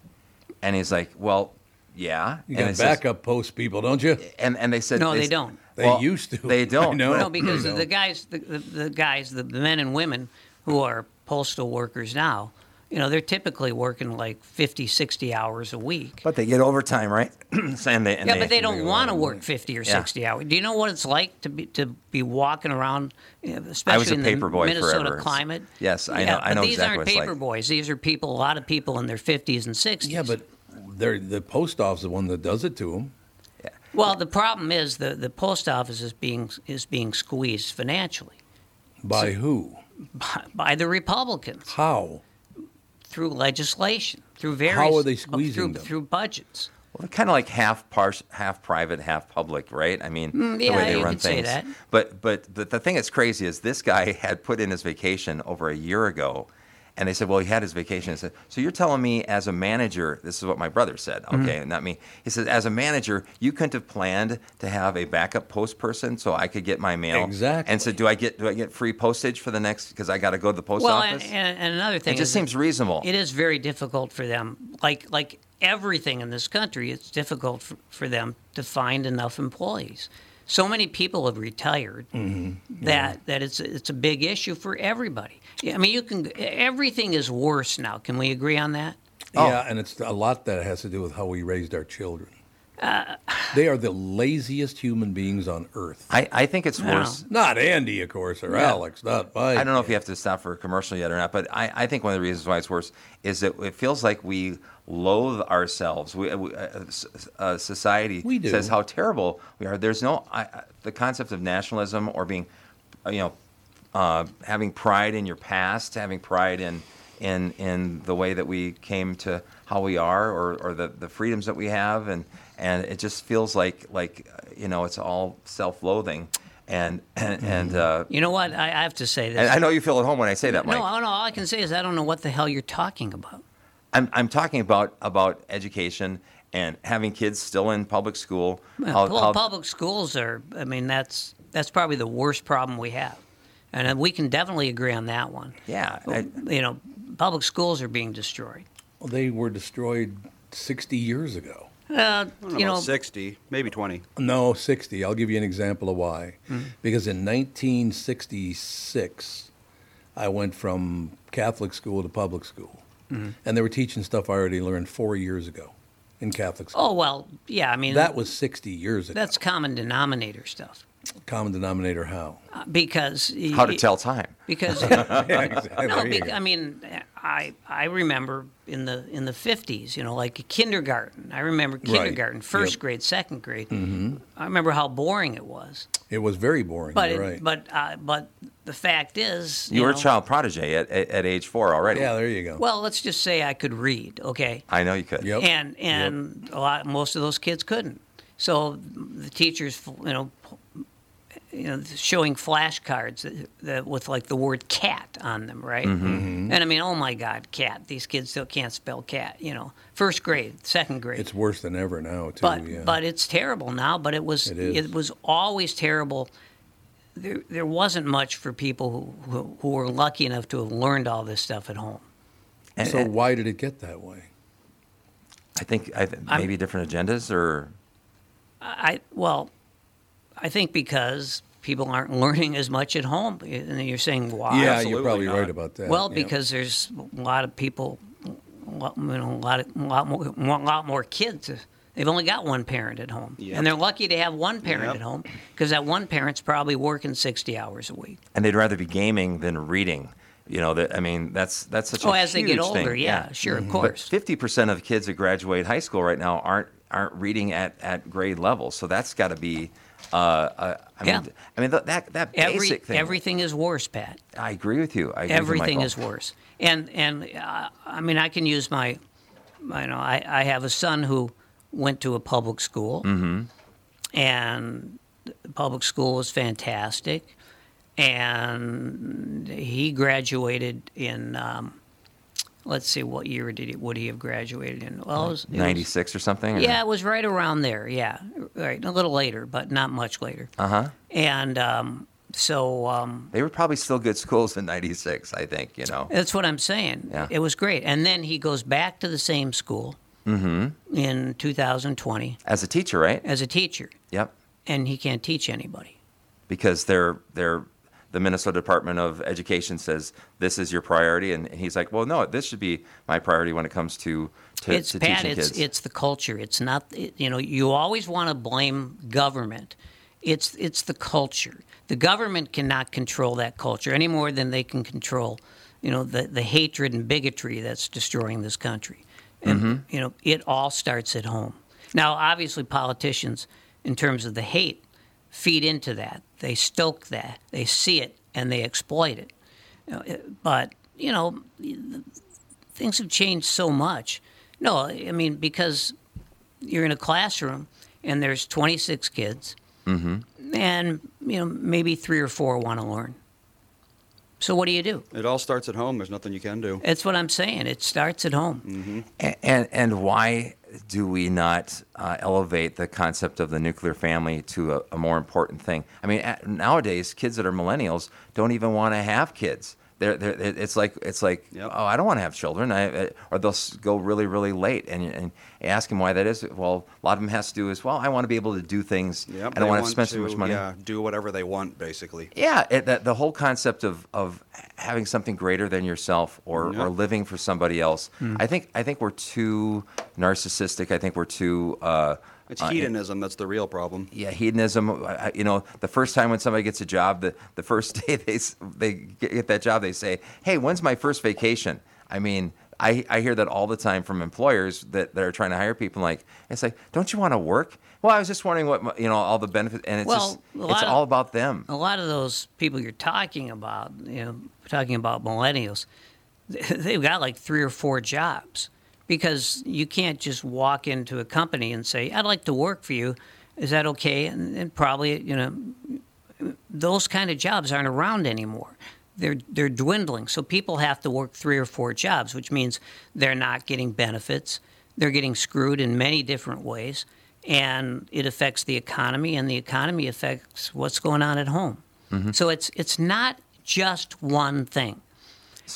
[SPEAKER 5] and he's like, "Well, yeah."
[SPEAKER 2] You
[SPEAKER 5] and
[SPEAKER 2] got
[SPEAKER 5] it says-
[SPEAKER 2] backup post people, don't you?
[SPEAKER 5] and and they said,
[SPEAKER 4] No, they
[SPEAKER 5] s-
[SPEAKER 4] don't.
[SPEAKER 2] They used to. I
[SPEAKER 5] They don't.
[SPEAKER 2] know.
[SPEAKER 4] No, because
[SPEAKER 2] You know.
[SPEAKER 4] the guys, the, the, the guys, the men and women who are postal workers now, you know, they're typically working like 50, 60 hours a week.
[SPEAKER 5] But they get overtime, right? and they, and
[SPEAKER 4] yeah, but they don't want to
[SPEAKER 2] on
[SPEAKER 4] work 50 or
[SPEAKER 5] Yeah.
[SPEAKER 4] 60 hours. Do you know what it's like to be to be walking around, you know, especially
[SPEAKER 5] I was a
[SPEAKER 4] in
[SPEAKER 5] paper
[SPEAKER 4] the
[SPEAKER 5] boy
[SPEAKER 4] Minnesota
[SPEAKER 5] forever.
[SPEAKER 4] climate?
[SPEAKER 5] Yes, I
[SPEAKER 4] Yeah,
[SPEAKER 5] know- I
[SPEAKER 4] but
[SPEAKER 5] know
[SPEAKER 4] these
[SPEAKER 5] exactly
[SPEAKER 4] aren't
[SPEAKER 5] what it's like.
[SPEAKER 4] paper boys. These are people, a lot of people in their 50s and 60s.
[SPEAKER 2] Yeah, but they're, the post office is the one that does it to them.
[SPEAKER 4] Well, the problem is the, the post office is being is being squeezed financially
[SPEAKER 2] By who?
[SPEAKER 4] by, by the Republicans
[SPEAKER 2] How?
[SPEAKER 4] through legislation, through various
[SPEAKER 2] How are they squeezing
[SPEAKER 4] through,
[SPEAKER 2] them?
[SPEAKER 4] through budgets.
[SPEAKER 5] Well, they're kind of like half par- half private, half public, right? I mean, the
[SPEAKER 4] Mm, yeah,
[SPEAKER 5] way they
[SPEAKER 4] you
[SPEAKER 5] run
[SPEAKER 4] could say
[SPEAKER 5] things.
[SPEAKER 4] that.
[SPEAKER 5] But but the, the thing that's crazy is this guy had put in his vacation over a year ago, and they said, well, he had his vacation. I said, so you're telling me as a manager, this is what my brother said,
[SPEAKER 4] Mm-hmm.
[SPEAKER 5] okay, not me. He said, as a manager, you couldn't have planned to have a backup post person so I could get my mail.
[SPEAKER 2] Exactly.
[SPEAKER 5] And so do I get do I get free postage for the next because I got to go to the post
[SPEAKER 4] Well, and,
[SPEAKER 5] office?
[SPEAKER 4] and, and another thing
[SPEAKER 5] it just
[SPEAKER 4] is that-
[SPEAKER 5] seems reasonable.
[SPEAKER 4] It is very difficult for them, like like everything in this country, it's difficult for, for them to find enough employees. So many people have retired
[SPEAKER 5] Mm-hmm.
[SPEAKER 4] that that it's it's a big issue for everybody. Yeah, I mean, you can everything is worse now. Can we agree on that?
[SPEAKER 2] Yeah, and it's a lot that has to do with how we raised our children.
[SPEAKER 4] Uh,
[SPEAKER 2] they are the laziest human beings on earth.
[SPEAKER 5] I, I think it's worse.
[SPEAKER 2] Not Andy, of course, or
[SPEAKER 5] Yeah.
[SPEAKER 2] Alex, not Mike.
[SPEAKER 5] I don't know if you have to stop for a commercial yet or not, but I, I think one of the reasons why it's worse is that it feels like we loathe ourselves. We, we, uh, s- uh, society
[SPEAKER 2] We do.
[SPEAKER 5] says how terrible we are. There's no I, I- the concept of nationalism or being, uh, you know, uh, having pride in your past, having pride in in in the way that we came to how we are, or, or the, the freedoms that we have, and and it just feels like like uh, you know it's all self-loathing, and and, and
[SPEAKER 2] Mm-hmm.
[SPEAKER 5] uh,
[SPEAKER 4] You know what? I, I have to say this.
[SPEAKER 5] and I know you feel at home when I say that, Mike.
[SPEAKER 4] no, I- no, all I can say is I don't know what the hell you're talking about.
[SPEAKER 5] I'm, I'm talking about about education and having kids still in public school. how-
[SPEAKER 4] well,
[SPEAKER 5] how-
[SPEAKER 4] public schools are. I mean, that's that's probably the worst problem we have, and uh, we can definitely agree on that one.
[SPEAKER 5] yeah, I-
[SPEAKER 4] uh, you know, public schools are being destroyed.
[SPEAKER 2] Well, they were destroyed 60 years ago.
[SPEAKER 4] Uh,
[SPEAKER 3] I don't
[SPEAKER 4] you know,
[SPEAKER 3] know, about 60, maybe 20.
[SPEAKER 2] No, 60. I'll give you an example of why.
[SPEAKER 5] Hmm.
[SPEAKER 2] Because in 1966, I went from Catholic school to public school.
[SPEAKER 5] Hmm.
[SPEAKER 2] And they were teaching stuff I already learned four years ago in Catholic school.
[SPEAKER 4] oh well, yeah. I mean,
[SPEAKER 2] That was 60 years ago.
[SPEAKER 4] that's common denominator stuff
[SPEAKER 2] common denominator how?
[SPEAKER 4] Uh, because
[SPEAKER 5] how to tell time.
[SPEAKER 4] because
[SPEAKER 5] Oh,
[SPEAKER 2] Yeah, exactly.
[SPEAKER 4] no,
[SPEAKER 2] There you
[SPEAKER 4] bec-
[SPEAKER 2] go.
[SPEAKER 4] I mean, I I remember in the in the fifties, you know, like kindergarten. I remember kindergarten, first
[SPEAKER 2] Yep.
[SPEAKER 4] grade, second grade. I remember how boring it was.
[SPEAKER 2] it was very boring.
[SPEAKER 4] But
[SPEAKER 2] you're
[SPEAKER 4] it-
[SPEAKER 2] right.
[SPEAKER 4] but uh, but the fact is,
[SPEAKER 5] You were a
[SPEAKER 4] know,
[SPEAKER 5] child prodigy at, at, at age four already.
[SPEAKER 2] yeah, there you go.
[SPEAKER 4] Well, let's just say I could read, okay,
[SPEAKER 5] I know you could.
[SPEAKER 2] Yep.
[SPEAKER 4] and and a lot most of those kids couldn't. So the teachers, you know, you know, showing flashcards that, that with like the word cat on them, right?
[SPEAKER 2] Mm-hmm.
[SPEAKER 4] And I mean, oh my God, cat! These kids still can't spell cat. You know, first grade, second grade.
[SPEAKER 2] it's worse than ever now, too.
[SPEAKER 4] but
[SPEAKER 2] yeah.
[SPEAKER 4] but it's terrible now. But it was
[SPEAKER 2] It
[SPEAKER 4] it,
[SPEAKER 2] is.
[SPEAKER 4] was always terrible. There there wasn't much for people who, who who were lucky enough to have learned all this stuff at home.
[SPEAKER 5] And, uh,
[SPEAKER 2] so
[SPEAKER 5] and
[SPEAKER 2] why did it get that way?
[SPEAKER 5] I think I th- maybe different agendas or
[SPEAKER 4] I well, I think because people aren't learning as much at home, and you're saying why?
[SPEAKER 2] yeah, you're
[SPEAKER 3] absolutely
[SPEAKER 2] probably
[SPEAKER 3] not.
[SPEAKER 2] right about that.
[SPEAKER 4] Well,
[SPEAKER 2] yeah.
[SPEAKER 4] because there's a lot of people, lot- you know, a lot of, lot more, lot more kids. They've only got one parent at home,
[SPEAKER 3] Yep.
[SPEAKER 4] and they're lucky to have one parent
[SPEAKER 3] Yep.
[SPEAKER 4] at home because that one parent's probably working sixty hours a week.
[SPEAKER 5] and they'd rather be gaming than reading. You know that I mean that's that's such a
[SPEAKER 4] oh, as they get
[SPEAKER 5] huge thing.
[SPEAKER 4] older, yeah, sure, of
[SPEAKER 5] But
[SPEAKER 4] course.
[SPEAKER 5] fifty percent of kids that graduate high school right now aren't aren't reading at, at grade level. So that's got to be. Uh, uh, I
[SPEAKER 4] Yeah.
[SPEAKER 5] mean, I mean th- that that
[SPEAKER 4] Every,
[SPEAKER 5] basic thing.
[SPEAKER 4] everything is worse, Pat.
[SPEAKER 5] I agree with you. I agree
[SPEAKER 4] everything
[SPEAKER 5] with
[SPEAKER 4] is worse. And and uh, I mean, I can use my, you know, I, I have a son who went to a public school, and the public school was fantastic. And he graduated in, um, let's see, what year did he, would he have graduated in? Well, it was, it was-
[SPEAKER 5] 96 or something? or-
[SPEAKER 4] yeah, it was right around there. Yeah, right, a little later, but not much later.
[SPEAKER 5] Uh-huh.
[SPEAKER 4] And um, so um,
[SPEAKER 5] They were probably still good schools in 96, I think, you know.
[SPEAKER 4] that's what I'm saying.
[SPEAKER 5] Yeah.
[SPEAKER 4] It was great. And then he goes back to the same school in 2020
[SPEAKER 5] As a teacher, right?
[SPEAKER 4] as a teacher,
[SPEAKER 5] Yep.
[SPEAKER 4] and he can't teach anybody.
[SPEAKER 5] Because they're they're the Minnesota Department of Education says this is your priority and, and he's like, "Well, no, this should be my priority when it comes to to,
[SPEAKER 4] it's
[SPEAKER 5] to
[SPEAKER 4] Pat.
[SPEAKER 5] teaching
[SPEAKER 4] It's
[SPEAKER 5] kids."
[SPEAKER 4] it's the culture. It's not it- you know you always want to blame government. It's it's the culture. The government cannot control that culture any more than they can control, you know, the the hatred and bigotry that's destroying this country. And
[SPEAKER 5] Mm-hmm.
[SPEAKER 4] you know, it all starts at home. Now, obviously, politicians, in terms of the hate, feed into that. They stoke that. They see it and they exploit it. You know, it- But you know, things have changed so much. No, I mean because you're in a classroom and there's 26 kids, and you know maybe three or four want to learn. So what do you do?
[SPEAKER 3] It all starts at home. There's nothing you can do.
[SPEAKER 4] That's what I'm saying. It starts at home.
[SPEAKER 5] A- and and why do we not uh, elevate the concept of the nuclear family to a, a more important thing? I mean, a- nowadays kids that are millennials don't even want to have kids. They're, they're, it- it's like it's like
[SPEAKER 3] Yep.
[SPEAKER 5] oh I don't want to have children I, I- or they'll s- go really really late and and ask them why that is well a lot of them has to do is well I want to be able to do things
[SPEAKER 3] Yep,
[SPEAKER 5] I don't
[SPEAKER 3] they
[SPEAKER 5] want to spend so much money
[SPEAKER 3] Yeah, do whatever they want, basically.
[SPEAKER 5] yeah, it, that, the whole concept of, of having something greater than yourself or,
[SPEAKER 3] Yeah.
[SPEAKER 5] or living for somebody else. I think I think we're too narcissistic. I think we're too. Uh,
[SPEAKER 3] It's
[SPEAKER 5] uh,
[SPEAKER 3] hedonism that's the real problem.
[SPEAKER 5] yeah, hedonism. uh, uh, You know, the first time when somebody gets a job, the, the first day they s- they get that job, they say, "Hey, when's my first vacation?" I mean, I, I hear that all the time from employers that, that are trying to hire people. Like, it's like, don't you want to work? Well, I was just wondering what my, you know all the benefits, and it's
[SPEAKER 4] Well,
[SPEAKER 5] just
[SPEAKER 4] a
[SPEAKER 5] it's
[SPEAKER 4] lot of- Oh.
[SPEAKER 5] all about them.
[SPEAKER 4] A lot of those people you're talking about, you know, talking about millennials, they've got like three or four jobs because you can't just walk into a company and say, "I'd like to work for you." Is that okay? And, and probably, you know, those kind of jobs aren't around anymore. They're they're dwindling. So people have to work three or four jobs, which means they're not getting benefits. They're getting screwed in many different ways, and it affects the economy, and the economy affects what's going on at home. So it's it's not just one thing.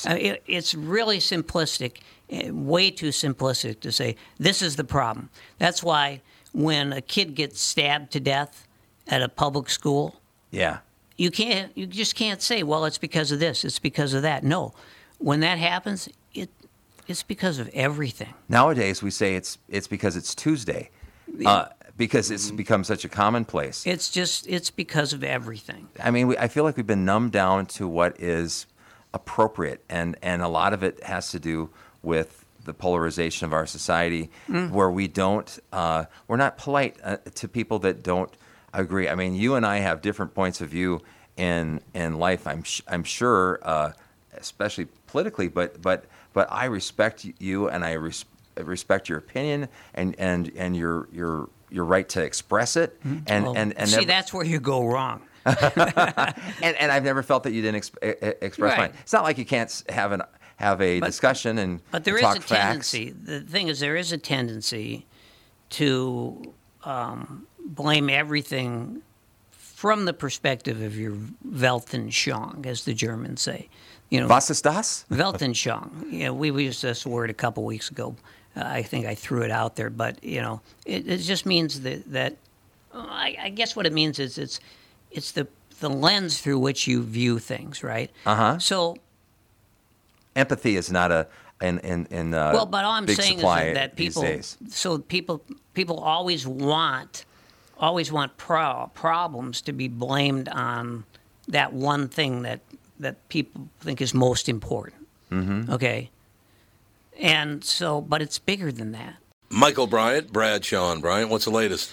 [SPEAKER 4] Uh, it, it's really simplistic, eh, way too simplistic to say this is the problem. That's why when a kid gets stabbed to death at a public school,
[SPEAKER 5] Yeah.
[SPEAKER 4] you can't you just can't say well it's because of this it's because of that no when that happens it it's because of everything
[SPEAKER 5] Nowadays, we say it's it's because it's Tuesday, uh, because it's become such a commonplace.
[SPEAKER 4] it's just it's because of everything
[SPEAKER 5] I mean, we, I feel like we've been numbed down to what is appropriate, and and a lot of it has to do with the polarization of our society,
[SPEAKER 4] Mm.
[SPEAKER 5] where we don't uh, we're not polite uh, to people that don't agree. I mean, you and I have different points of view in in life. I'm sh- I'm sure, uh, especially politically, but but but I respect you, and I res- respect your opinion, and and and your your your right to express it, and,
[SPEAKER 4] Mm-hmm. Well,
[SPEAKER 5] and and
[SPEAKER 4] see
[SPEAKER 5] never-
[SPEAKER 4] that's where you go wrong
[SPEAKER 5] and, and I've never felt that you didn't exp- e- e- express
[SPEAKER 4] Right.
[SPEAKER 5] mine. It's not like you can't s- have an have a discussion and
[SPEAKER 4] but there is
[SPEAKER 5] talk
[SPEAKER 4] a
[SPEAKER 5] facts.
[SPEAKER 4] tendency the thing is there is a tendency to um, blame everything from the perspective of your weltanschauung as the germans say you know
[SPEAKER 5] Was ist das?
[SPEAKER 4] Weltanschauung. You know, we we used this word a couple weeks ago. Uh, I think I threw it out there, but you know, it, it just means that that uh, I, I guess what it means is it's it's the the lens through which you view things, right? Uh
[SPEAKER 5] Uh-huh.
[SPEAKER 4] So,
[SPEAKER 5] Empathy is not a in in in uh,
[SPEAKER 4] well, but all I'm
[SPEAKER 5] big
[SPEAKER 4] saying is
[SPEAKER 5] supply
[SPEAKER 4] that, that people,
[SPEAKER 5] these days.
[SPEAKER 4] so people people always want always want pro- problems to be blamed on that one thing that that people think is most important. Mm-hmm. Okay. And so, but it's bigger than that.
[SPEAKER 6] Michael Bryant, Brad Sean Bryant, what's the latest?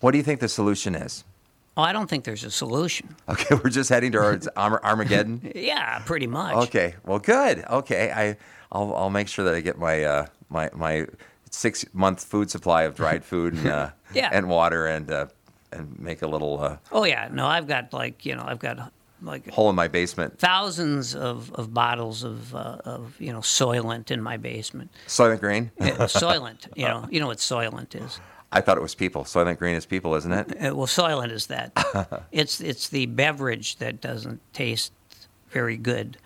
[SPEAKER 5] What do you think the solution is?
[SPEAKER 4] Well, Oh, I don't think there's a solution.
[SPEAKER 5] Okay, we're just heading to our Arm- Armageddon.
[SPEAKER 4] Yeah, pretty much.
[SPEAKER 5] Okay, well, good. Okay, I, I'll, I'll make sure that I get my uh, my my six month food supply of dried food and uh,
[SPEAKER 4] Yeah.
[SPEAKER 5] and water and uh, and make a little uh,
[SPEAKER 4] Oh yeah, no, I've got like you know, I've got like
[SPEAKER 5] hole in my basement.
[SPEAKER 4] thousands of, of bottles of uh, of you know Soylent in my basement.
[SPEAKER 5] Soylent Green.
[SPEAKER 4] Yeah, Soylent, you know, you know what Soylent is.
[SPEAKER 5] I thought it was people. Soylent Green is people, isn't it?
[SPEAKER 4] Uh, well, Soylent is that. it's it's the beverage that doesn't taste very good.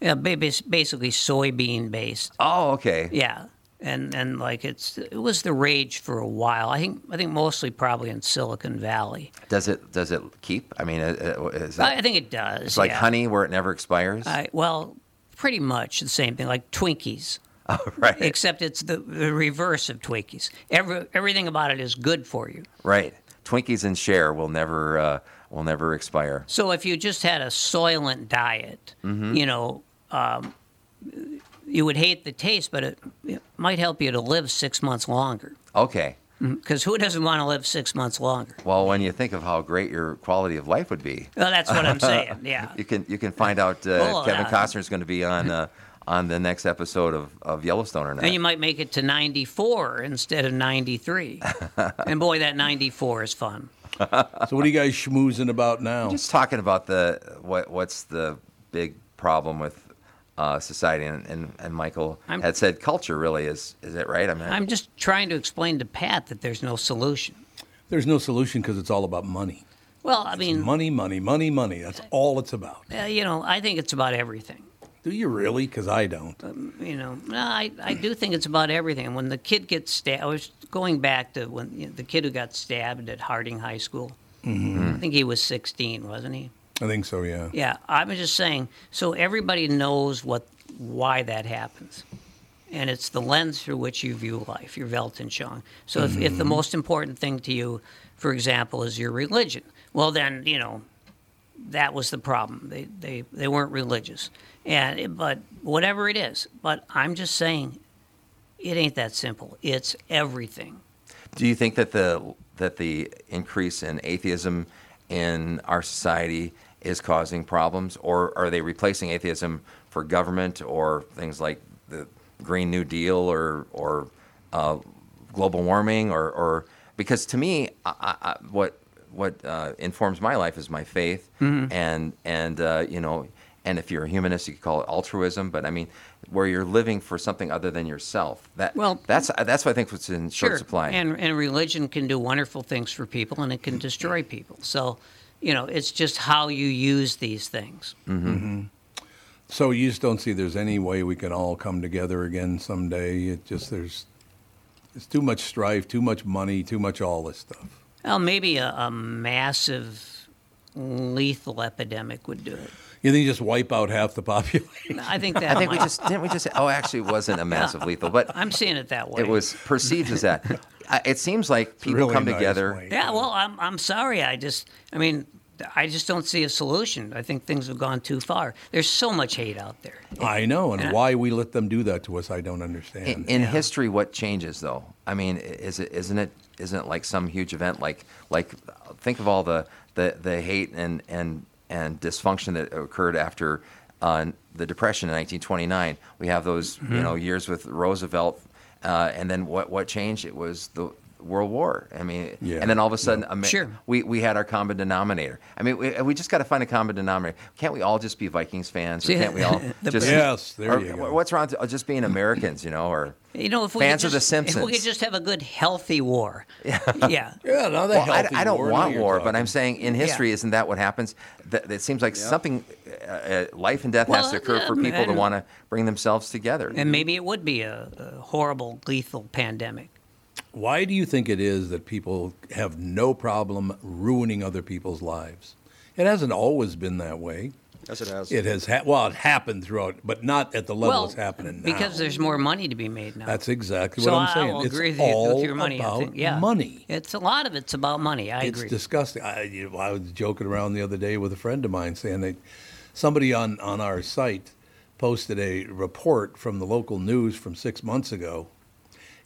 [SPEAKER 4] Yeah, ba- bas- basically soybean based.
[SPEAKER 5] Oh, okay.
[SPEAKER 4] Yeah, and and like it's it was the rage for a while. I think I think mostly probably in Silicon Valley.
[SPEAKER 5] Does it does it keep? I mean, uh, uh, is it,
[SPEAKER 4] I, I think it does.
[SPEAKER 5] it's like
[SPEAKER 4] yeah. Uh,
[SPEAKER 5] honey where it never expires?
[SPEAKER 4] I, well, pretty much the same thing, like Twinkies.
[SPEAKER 5] right.
[SPEAKER 4] except it's the, the reverse of Twinkies. Every, everything about it is good for you.
[SPEAKER 5] Right. Twinkies and share will never uh, will never expire.
[SPEAKER 4] So if you just had a soylent diet, you know, um, you would hate the taste, but it, it might help you to live six months longer.
[SPEAKER 5] Okay.
[SPEAKER 4] Because who doesn't want to live six months longer?
[SPEAKER 5] Well, when you think of how great your quality of life would be,
[SPEAKER 4] Well, that's what I'm saying. Yeah.
[SPEAKER 5] you can you can find out uh,
[SPEAKER 4] Oh,
[SPEAKER 5] if Kevin
[SPEAKER 4] yeah.
[SPEAKER 5] Costner is going to be on uh, on the next episode of, of Yellowstone or not.
[SPEAKER 4] And you might make it to 94 instead of 93. and boy, that 94 is fun.
[SPEAKER 2] So what are you guys schmoozing about now?
[SPEAKER 5] Just talking about the what what's the big problem with uh, society and, and, and Michael
[SPEAKER 4] I'm-
[SPEAKER 5] had said culture really is is it right? I mean,
[SPEAKER 4] I'm just trying to explain to Pat that there's no solution.
[SPEAKER 2] There's no solution because it's all about money.
[SPEAKER 4] Well, I mean,
[SPEAKER 2] Money, money, money, money. That's all it's about.
[SPEAKER 4] uh, you know, I think it's about everything.
[SPEAKER 2] Do you really? Because I don't.
[SPEAKER 4] you know, no, I, I do think it's about everything. When the kid gets stabbed, I was going back to when you know, the kid who got stabbed at Harding High School. I think he was 16, wasn't he?
[SPEAKER 2] I think so, yeah.
[SPEAKER 4] Yeah, I was just saying. So everybody knows what why that happens, and it's the lens through which you view life, your Weltanschauung. So if, if the most important thing to you, for example, is your religion, well then you know that was the problem. They they, they weren't religious, and it- but whatever it is. But I'm just saying, it ain't that simple. It's everything.
[SPEAKER 5] Do you think that the that the increase in atheism in our society is causing problems, or are they replacing atheism for government or things like the Green New Deal or or uh, global warming or, or because to me, I, I, I- what what uh, informs my life is my faith
[SPEAKER 4] Mm-hmm.
[SPEAKER 5] and and uh, you know and if you're a humanist, you could call it altruism, but I mean where you're living for something other than yourself. That
[SPEAKER 4] Well-
[SPEAKER 5] that's that's what I think what's in short supply.
[SPEAKER 4] And and religion can do wonderful things for people, and it can destroy
[SPEAKER 5] Mm.
[SPEAKER 4] people. So, you know, it's just how you use these things.
[SPEAKER 2] So you just don't see there's any way we can all come together again someday. It just there's it's too much strife, too much money, too much all this stuff.
[SPEAKER 4] Well, maybe a, a massive lethal epidemic would do it.
[SPEAKER 2] You think you just wipe out half the population?
[SPEAKER 4] I think that.
[SPEAKER 5] I think we
[SPEAKER 4] might-
[SPEAKER 5] just didn't we just oh actually it wasn't a massive lethal, but
[SPEAKER 4] I'm seeing it that way.
[SPEAKER 5] it was perceived as that. I- It seems like people
[SPEAKER 2] really
[SPEAKER 5] come
[SPEAKER 2] nice
[SPEAKER 5] together.
[SPEAKER 2] way.
[SPEAKER 4] Yeah. Well, I'm I'm sorry. I just. I mean. I just don't see a solution. I think things have gone too far. There's so much hate out there.
[SPEAKER 2] I know, and
[SPEAKER 4] Yeah.
[SPEAKER 2] why we let them do that to us, I don't understand.
[SPEAKER 5] In, in history, what changes though? I mean, i- is it isn't it isn't it like some huge event like like think of all the the, the hate and and and dysfunction that occurred after uh, the depression in 1929. We have those
[SPEAKER 2] Mm-hmm.
[SPEAKER 5] you know years with Roosevelt, uh, and then what what changed? It was the World War. I mean,
[SPEAKER 2] Yeah.
[SPEAKER 5] and then all of a sudden, Ama-
[SPEAKER 4] Sure.
[SPEAKER 5] we we had our common denominator. I mean, we, we just got to find a common denominator. Can't we all just be Vikings fans? Or
[SPEAKER 4] See,
[SPEAKER 5] can't we all
[SPEAKER 4] the-
[SPEAKER 5] just
[SPEAKER 2] Yes, there
[SPEAKER 5] or
[SPEAKER 2] you go.
[SPEAKER 5] What's wrong with uh, just being Americans? You know, or
[SPEAKER 4] You know, if we
[SPEAKER 5] fans
[SPEAKER 4] could
[SPEAKER 5] of the
[SPEAKER 4] just,
[SPEAKER 5] Simpsons.
[SPEAKER 4] if we could just have a good healthy war. Yeah. Yeah.
[SPEAKER 2] yeah, now they
[SPEAKER 5] Well, I, I don't want war, but I'm saying in history,
[SPEAKER 4] Yeah.
[SPEAKER 5] isn't that what happens? That it seems like something, uh, uh, life and death has
[SPEAKER 4] Well,
[SPEAKER 5] to occur
[SPEAKER 4] yeah,
[SPEAKER 5] for people to
[SPEAKER 4] and-
[SPEAKER 5] want to bring themselves together.
[SPEAKER 2] Mm-hmm.
[SPEAKER 4] And maybe it would be a, a horrible, lethal pandemic.
[SPEAKER 2] Why do you think it is that people have no problem ruining other people's lives? It hasn't always been that way.
[SPEAKER 3] Yes, it has.
[SPEAKER 2] It has ha- well, it happened throughout, but not at the level
[SPEAKER 4] well,
[SPEAKER 2] it's happening now.
[SPEAKER 4] because there's more money to be made now.
[SPEAKER 2] that's exactly
[SPEAKER 4] so
[SPEAKER 2] what I'm
[SPEAKER 4] I
[SPEAKER 2] saying.
[SPEAKER 4] will
[SPEAKER 2] it's
[SPEAKER 4] agree with you
[SPEAKER 2] all
[SPEAKER 4] with your money.
[SPEAKER 2] about
[SPEAKER 4] I think. Yeah.
[SPEAKER 2] money.
[SPEAKER 4] It's a lot of it's about money. I
[SPEAKER 2] it's
[SPEAKER 4] agree.
[SPEAKER 2] disgusting. I, you know, I was joking around the other day with a friend of mine saying that somebody on, on our site posted a report from the local news from six months ago,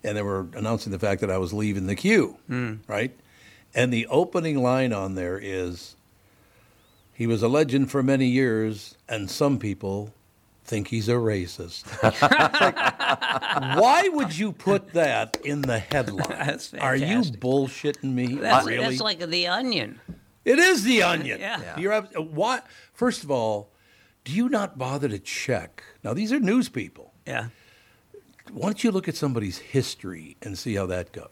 [SPEAKER 2] and they were announcing the fact that I was leaving the queue,
[SPEAKER 4] Hmm.
[SPEAKER 2] right? And the opening line on there is he was a legend for many years, and some people think he's a racist. It's like, why would you put that in the headline?
[SPEAKER 4] That's
[SPEAKER 2] Are you
[SPEAKER 4] fantastic.
[SPEAKER 2] bullshitting me?
[SPEAKER 4] that's,
[SPEAKER 2] really?
[SPEAKER 4] that's like the onion.
[SPEAKER 2] It is the onion.
[SPEAKER 4] Yeah. Yeah.
[SPEAKER 2] You're ab- why? First of all, do you not bother to check? Now these are news people.
[SPEAKER 4] Yeah.
[SPEAKER 2] Why don't you look at somebody's history and see how that goes?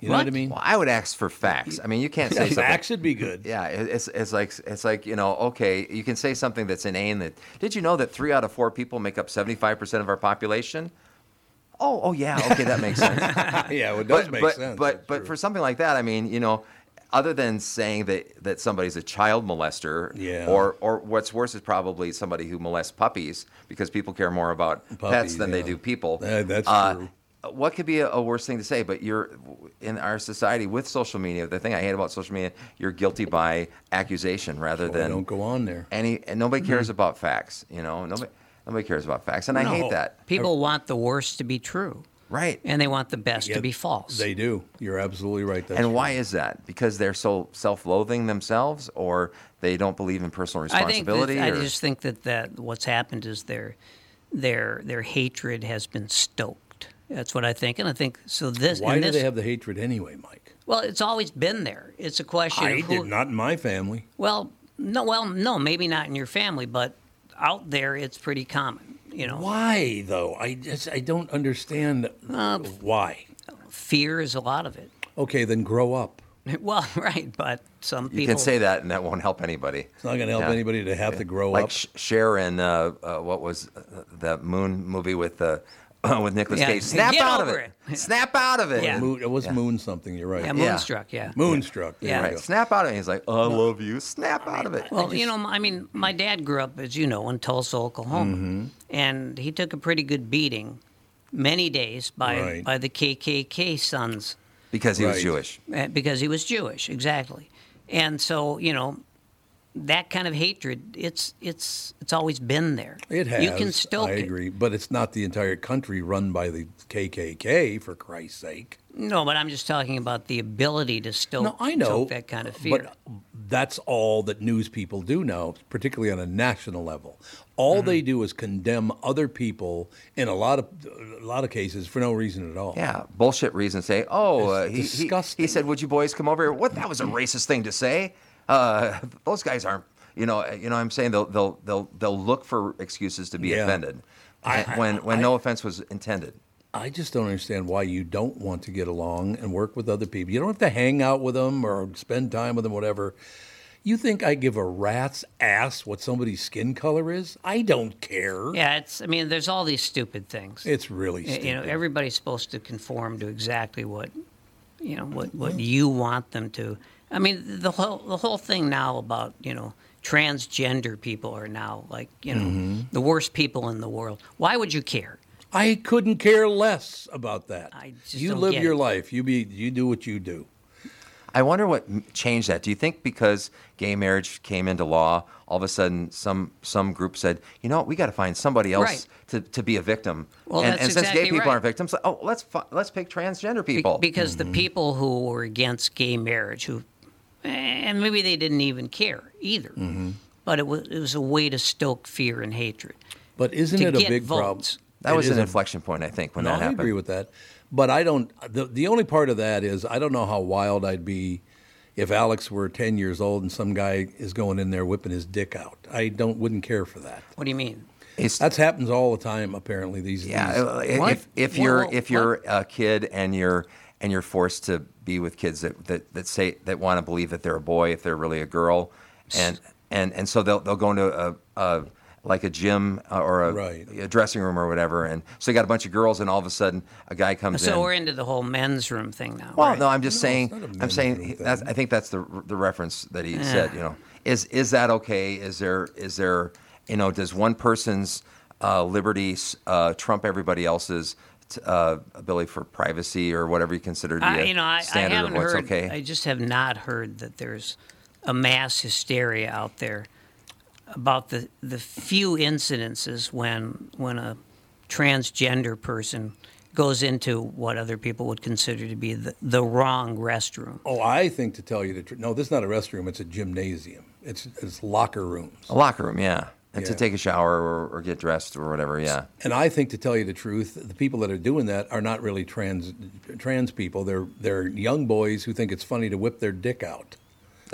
[SPEAKER 2] You know what I mean?
[SPEAKER 5] Well, I would ask for facts. I mean, you can't say something.
[SPEAKER 2] Facts would be good.
[SPEAKER 5] Yeah, it- it's, it's like it's like you know, okay, you can say something that's inane. That did you know that three out of four people make up seventy five percent of our population? Oh, oh yeah, okay, that makes sense.
[SPEAKER 2] yeah, well, it does make
[SPEAKER 5] but,
[SPEAKER 2] sense.
[SPEAKER 5] But
[SPEAKER 2] That's
[SPEAKER 5] but
[SPEAKER 2] true.
[SPEAKER 5] for something like that, I mean, you know, other than saying that that somebody's a child molester,
[SPEAKER 2] Yeah.
[SPEAKER 5] or or what's worse is probably somebody who molests puppies because people care more about pets
[SPEAKER 2] Puppies,
[SPEAKER 5] than they
[SPEAKER 2] yeah.
[SPEAKER 5] do people. Uh,
[SPEAKER 2] Yeah, that's true.
[SPEAKER 5] What could be a, a worse thing to say? But you're in our society with social media. The thing I hate about social media, you're guilty by accusation rather
[SPEAKER 2] Well,
[SPEAKER 5] than
[SPEAKER 2] don't go on there.
[SPEAKER 5] any. And nobody cares about facts. You know, nobody nobody cares about facts, and I
[SPEAKER 2] No.
[SPEAKER 5] hate that.
[SPEAKER 4] People want the worst to be true,
[SPEAKER 5] Right.
[SPEAKER 4] and they want the best
[SPEAKER 2] Yeah,
[SPEAKER 4] to be false.
[SPEAKER 2] They do. You're absolutely right. That's
[SPEAKER 5] and
[SPEAKER 2] true.
[SPEAKER 5] why is that? Because they're so self-loathing themselves, or they don't believe in personal
[SPEAKER 4] I think that,
[SPEAKER 5] responsibility.
[SPEAKER 4] I
[SPEAKER 5] or-
[SPEAKER 4] just think that, that what's happened is their their their hatred has been stoked. That's what I think, and I think so. This
[SPEAKER 2] Why
[SPEAKER 4] and
[SPEAKER 2] do
[SPEAKER 4] this,
[SPEAKER 2] they have the hatred anyway, Mike?
[SPEAKER 4] Well, it's always been there. It's a question.
[SPEAKER 2] I
[SPEAKER 4] of who,
[SPEAKER 2] did not in my family.
[SPEAKER 4] Well, no, well, no, maybe not in your family, but out there, it's pretty common. You know,
[SPEAKER 2] Why though? I just I don't understand
[SPEAKER 4] Uh,
[SPEAKER 2] why.
[SPEAKER 4] fear is a lot of it.
[SPEAKER 2] Okay, then grow up.
[SPEAKER 4] Well, right, but some people
[SPEAKER 5] you can say that, and that won't help anybody.
[SPEAKER 2] It's not going to help
[SPEAKER 5] Yeah.
[SPEAKER 2] anybody to have to grow
[SPEAKER 5] Like
[SPEAKER 2] up.
[SPEAKER 5] Sh- Cher in uh, uh, what was uh, the Moon movie with the with Nicolas
[SPEAKER 4] Yeah,
[SPEAKER 5] Cage? Snap
[SPEAKER 4] get
[SPEAKER 5] out of
[SPEAKER 4] over
[SPEAKER 5] it!
[SPEAKER 4] it.
[SPEAKER 5] Snap out of it!
[SPEAKER 4] Yeah.
[SPEAKER 2] Moon, it was moon something. You're right.
[SPEAKER 4] Yeah,
[SPEAKER 5] Yeah.
[SPEAKER 4] moonstruck. Yeah.
[SPEAKER 2] Moonstruck. There
[SPEAKER 4] Yeah.
[SPEAKER 2] you
[SPEAKER 5] Right,
[SPEAKER 2] go.
[SPEAKER 5] snap out of it. He's like, I love you. Snap out of it.
[SPEAKER 4] Well, you know, I mean, my dad grew up, as you know, in Tulsa, Oklahoma, and he took a pretty good beating, many days by
[SPEAKER 2] Right.
[SPEAKER 4] by the KKK sons.
[SPEAKER 5] because he was
[SPEAKER 2] Right.
[SPEAKER 5] Jewish.
[SPEAKER 4] Uh, because he was Jewish, exactly. And so, you know, that kind of hatred, it's it's it's always been there.
[SPEAKER 2] It has.
[SPEAKER 4] You can stoke
[SPEAKER 2] I
[SPEAKER 4] it.
[SPEAKER 2] agree, but it's not the entire country run by the KKK for Christ's sake.
[SPEAKER 4] No, but I'm just talking about the ability to stoke,
[SPEAKER 2] No, I know
[SPEAKER 4] stoke that kind of fear.
[SPEAKER 2] But uh, that's all that news people do now, particularly on a national level. All they do is condemn other people in a lot of a lot of cases for no reason at all.
[SPEAKER 5] Yeah, bullshit reason. Say, oh, uh, he, he,
[SPEAKER 2] disgusting.
[SPEAKER 5] he said, "Would you boys come over here?" What? That was a racist thing to say. Uh, those guys aren't. You know. You know. what I'm saying they'll they'll they'll they'll look for excuses to be
[SPEAKER 2] Yeah.
[SPEAKER 5] offended
[SPEAKER 2] I-
[SPEAKER 5] when
[SPEAKER 2] I-
[SPEAKER 5] when
[SPEAKER 2] I-
[SPEAKER 5] no offense was intended.
[SPEAKER 2] I just don't understand why you don't want to get along and work with other people. You don't have to hang out with them or spend time with them, whatever. You think I give a rat's ass what somebody's skin color is? I don't care.
[SPEAKER 4] Yeah, it's. I mean, there's all these stupid things.
[SPEAKER 2] It's really
[SPEAKER 4] Y-
[SPEAKER 2] stupid.
[SPEAKER 4] you know, everybody's supposed to conform to exactly what, you know, what what you want them to. I mean, the whole the whole thing now about you know transgender people are now like you know
[SPEAKER 2] Mm-hmm.
[SPEAKER 4] the worst people in the world. Why would you care?
[SPEAKER 2] I couldn't care less about that.
[SPEAKER 4] I just
[SPEAKER 2] you
[SPEAKER 4] don't
[SPEAKER 2] live
[SPEAKER 4] get
[SPEAKER 2] your
[SPEAKER 4] it.
[SPEAKER 2] life. You be you do what you do.
[SPEAKER 5] I wonder what m- changed that. Do you think because gay marriage came into law, all of a sudden some some group said, you know, what, we got to find somebody else
[SPEAKER 4] Right.
[SPEAKER 5] to, to be a victim.
[SPEAKER 4] Well,
[SPEAKER 5] and,
[SPEAKER 4] that's
[SPEAKER 5] and since
[SPEAKER 4] exactly
[SPEAKER 5] gay people
[SPEAKER 4] right.
[SPEAKER 5] aren't victims, like, oh, let's fi- let's pick transgender
[SPEAKER 4] Be-
[SPEAKER 5] people.
[SPEAKER 4] because the people who were against gay marriage, who, eh, and maybe they didn't even care either,
[SPEAKER 5] Mm-hmm.
[SPEAKER 4] but it was it was a way to stoke fear and hatred.
[SPEAKER 2] But isn't
[SPEAKER 4] To
[SPEAKER 2] it a
[SPEAKER 4] get
[SPEAKER 2] big
[SPEAKER 4] votes.
[SPEAKER 2] problem?
[SPEAKER 5] that
[SPEAKER 2] It
[SPEAKER 5] was
[SPEAKER 2] is
[SPEAKER 5] an
[SPEAKER 2] a-
[SPEAKER 5] inflection point, I think, when
[SPEAKER 2] No,
[SPEAKER 5] that
[SPEAKER 2] I
[SPEAKER 5] happened.
[SPEAKER 2] agree with that. But I don't. The, the only part of that is I don't know how wild I'd be if Alex were ten years old and some guy is going in there whipping his dick out. I don't. Wouldn't care for that.
[SPEAKER 4] What do you mean?
[SPEAKER 5] It's-
[SPEAKER 2] That happens all the time. Apparently these.
[SPEAKER 5] Yeah,
[SPEAKER 2] these-
[SPEAKER 5] uh, i-
[SPEAKER 2] What?
[SPEAKER 5] if if
[SPEAKER 4] Whoa,
[SPEAKER 5] you're
[SPEAKER 4] whoa,
[SPEAKER 5] if you're a kid and you're and you're forced to be with kids that that, that say that want to believe that they're a boy if they're really a girl, and and and so they'll they'll go into a. a like a gym uh, or a,
[SPEAKER 2] Right.
[SPEAKER 5] a dressing room or whatever, and so you got a bunch of girls, and all of a sudden a guy comes in.
[SPEAKER 4] So we're into the whole men's room thing now.
[SPEAKER 5] Well,
[SPEAKER 4] right?
[SPEAKER 5] no, I'm just saying.
[SPEAKER 2] not a
[SPEAKER 5] I'm
[SPEAKER 2] men's
[SPEAKER 5] saying.
[SPEAKER 2] room
[SPEAKER 5] he-
[SPEAKER 2] thing.
[SPEAKER 5] That's, I think that's the the reference that he said. You know, is is that okay? Is there is there you know does one person's uh, liberty uh, trump everybody else's t- uh, ability for privacy or whatever you consider to
[SPEAKER 4] I,
[SPEAKER 5] be a
[SPEAKER 4] you know, I, I
[SPEAKER 5] standard
[SPEAKER 4] haven't
[SPEAKER 5] of what's
[SPEAKER 4] heard.
[SPEAKER 5] okay?
[SPEAKER 4] I just have not heard that there's a mass hysteria out there about the the few incidences when when a transgender person goes into what other people would consider to be the, the wrong restroom.
[SPEAKER 2] Oh, I think to tell you the truth. No, this is not a restroom. It's a gymnasium. It's it's locker rooms.
[SPEAKER 5] a locker room, yeah. And to
[SPEAKER 2] Yeah.
[SPEAKER 5] take a shower or, or get dressed or whatever, yeah.
[SPEAKER 2] And I think to tell you the truth, the people that are doing that are not really trans trans people. They're they're young boys who think it's funny to whip their dick out.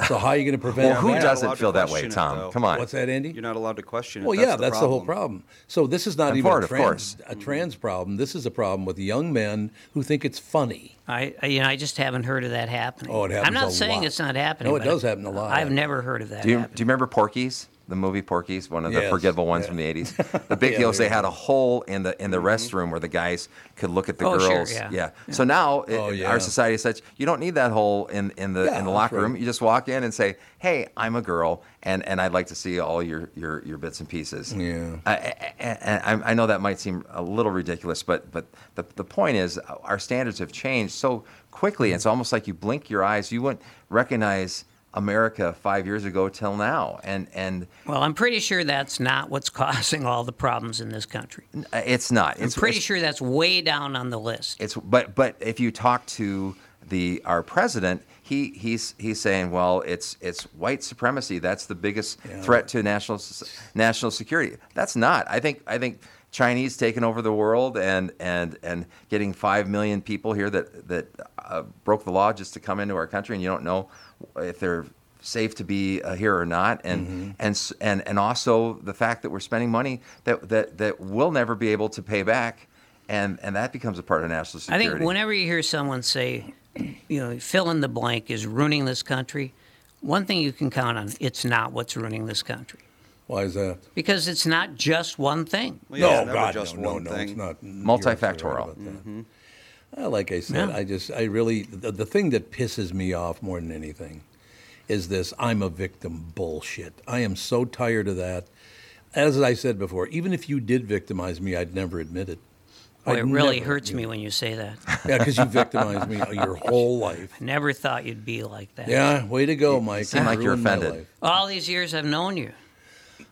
[SPEAKER 2] So how are you going to prevent
[SPEAKER 5] Well, who
[SPEAKER 2] that?
[SPEAKER 3] not
[SPEAKER 5] doesn't
[SPEAKER 3] allowed to
[SPEAKER 5] feel that way,
[SPEAKER 3] question it,
[SPEAKER 5] Tom?
[SPEAKER 3] though.
[SPEAKER 5] Come on.
[SPEAKER 2] What's that, Andy?
[SPEAKER 3] You're not allowed to question it.
[SPEAKER 2] Well, yeah, that's the whole problem. So this is not
[SPEAKER 5] I'm
[SPEAKER 2] even
[SPEAKER 5] for it,
[SPEAKER 2] a
[SPEAKER 5] of
[SPEAKER 2] trans,
[SPEAKER 5] course.
[SPEAKER 2] a trans problem. This is a problem with young men who think it's funny.
[SPEAKER 4] I, I you know I just haven't heard of that happening.
[SPEAKER 2] Oh, it happens
[SPEAKER 4] I'm not
[SPEAKER 2] a
[SPEAKER 4] saying
[SPEAKER 2] lot.
[SPEAKER 4] it's not happening.
[SPEAKER 2] No, it
[SPEAKER 4] but
[SPEAKER 2] does happen a lot,
[SPEAKER 4] I've
[SPEAKER 2] actually.
[SPEAKER 4] never heard of that.
[SPEAKER 5] Do you,
[SPEAKER 4] happening.
[SPEAKER 5] do you remember Porky's? The movie Porky's, one of the
[SPEAKER 2] Yes,
[SPEAKER 5] forgettable ones
[SPEAKER 2] yeah.
[SPEAKER 5] from the eighties. The big
[SPEAKER 2] Yeah,
[SPEAKER 5] deal is
[SPEAKER 2] there
[SPEAKER 5] they
[SPEAKER 2] you Mm-hmm.
[SPEAKER 5] had a hole in the in the restroom where the guys could look at the
[SPEAKER 4] Oh, sure,
[SPEAKER 5] girls.
[SPEAKER 4] yeah.
[SPEAKER 5] So now it-
[SPEAKER 2] Oh, yeah.
[SPEAKER 5] our society is such you don't need that hole in, in the
[SPEAKER 2] Yeah,
[SPEAKER 5] in the
[SPEAKER 2] that's
[SPEAKER 5] locker room.
[SPEAKER 2] right.
[SPEAKER 5] You just walk in and say, "Hey, I'm a girl, and, and I'd like to see all your, your, your bits and pieces."
[SPEAKER 2] Yeah.
[SPEAKER 5] I, I, I- I know that might seem a little ridiculous, but but the, the point is our standards have changed so quickly. It's almost like you blink your eyes, you wouldn't recognize America five years ago till now, and and
[SPEAKER 4] well, I'm pretty sure that's not what's causing all the problems in this country.
[SPEAKER 5] uh, it's not.
[SPEAKER 4] I'm
[SPEAKER 5] It's
[SPEAKER 4] pretty
[SPEAKER 5] it's,
[SPEAKER 4] sure that's way down on the list.
[SPEAKER 5] It's but but if you talk to the our president, he he's he's saying, well, it's it's white supremacy. That's the biggest threat to national s- national security. That's not. I think I think Chinese taking over the world and and and getting five million people here that that uh, broke the law just to come into our country, and you don't know if they're safe to be uh, here or not and and s- and and also the fact that we're spending money that that that we'll never be able to pay back and and that becomes a part of national
[SPEAKER 4] I
[SPEAKER 5] security.
[SPEAKER 4] think whenever you hear someone say, you know, fill in the blank is ruining this country, one thing you can count on, it's not what's ruining this country.
[SPEAKER 2] Why is that?
[SPEAKER 4] Because it's not just one thing.
[SPEAKER 3] Well, yeah,
[SPEAKER 2] no,
[SPEAKER 3] never
[SPEAKER 2] God,
[SPEAKER 3] just
[SPEAKER 2] no,
[SPEAKER 3] one
[SPEAKER 2] no, no,
[SPEAKER 3] thing.
[SPEAKER 2] it's not You're
[SPEAKER 5] Multifactorial.
[SPEAKER 2] absolutely right about that. Uh, like I said,
[SPEAKER 4] Yeah.
[SPEAKER 2] I just, I really, the, the thing that pisses me off more than anything is this I'm a victim bullshit. I am so tired of that. As I said before, even if you did victimize me, I'd never admit it.
[SPEAKER 4] Boy, it
[SPEAKER 2] I'd
[SPEAKER 4] really
[SPEAKER 2] never
[SPEAKER 4] hurts me
[SPEAKER 2] admit
[SPEAKER 4] when you say that.
[SPEAKER 2] it. Yeah, because you victimized me your whole life.
[SPEAKER 4] Never thought you'd be like that.
[SPEAKER 2] Yeah, way to go, Mike.
[SPEAKER 5] seem
[SPEAKER 2] You
[SPEAKER 5] like you're
[SPEAKER 2] ruined my
[SPEAKER 5] offended.
[SPEAKER 2] life.
[SPEAKER 4] All these years I've known you.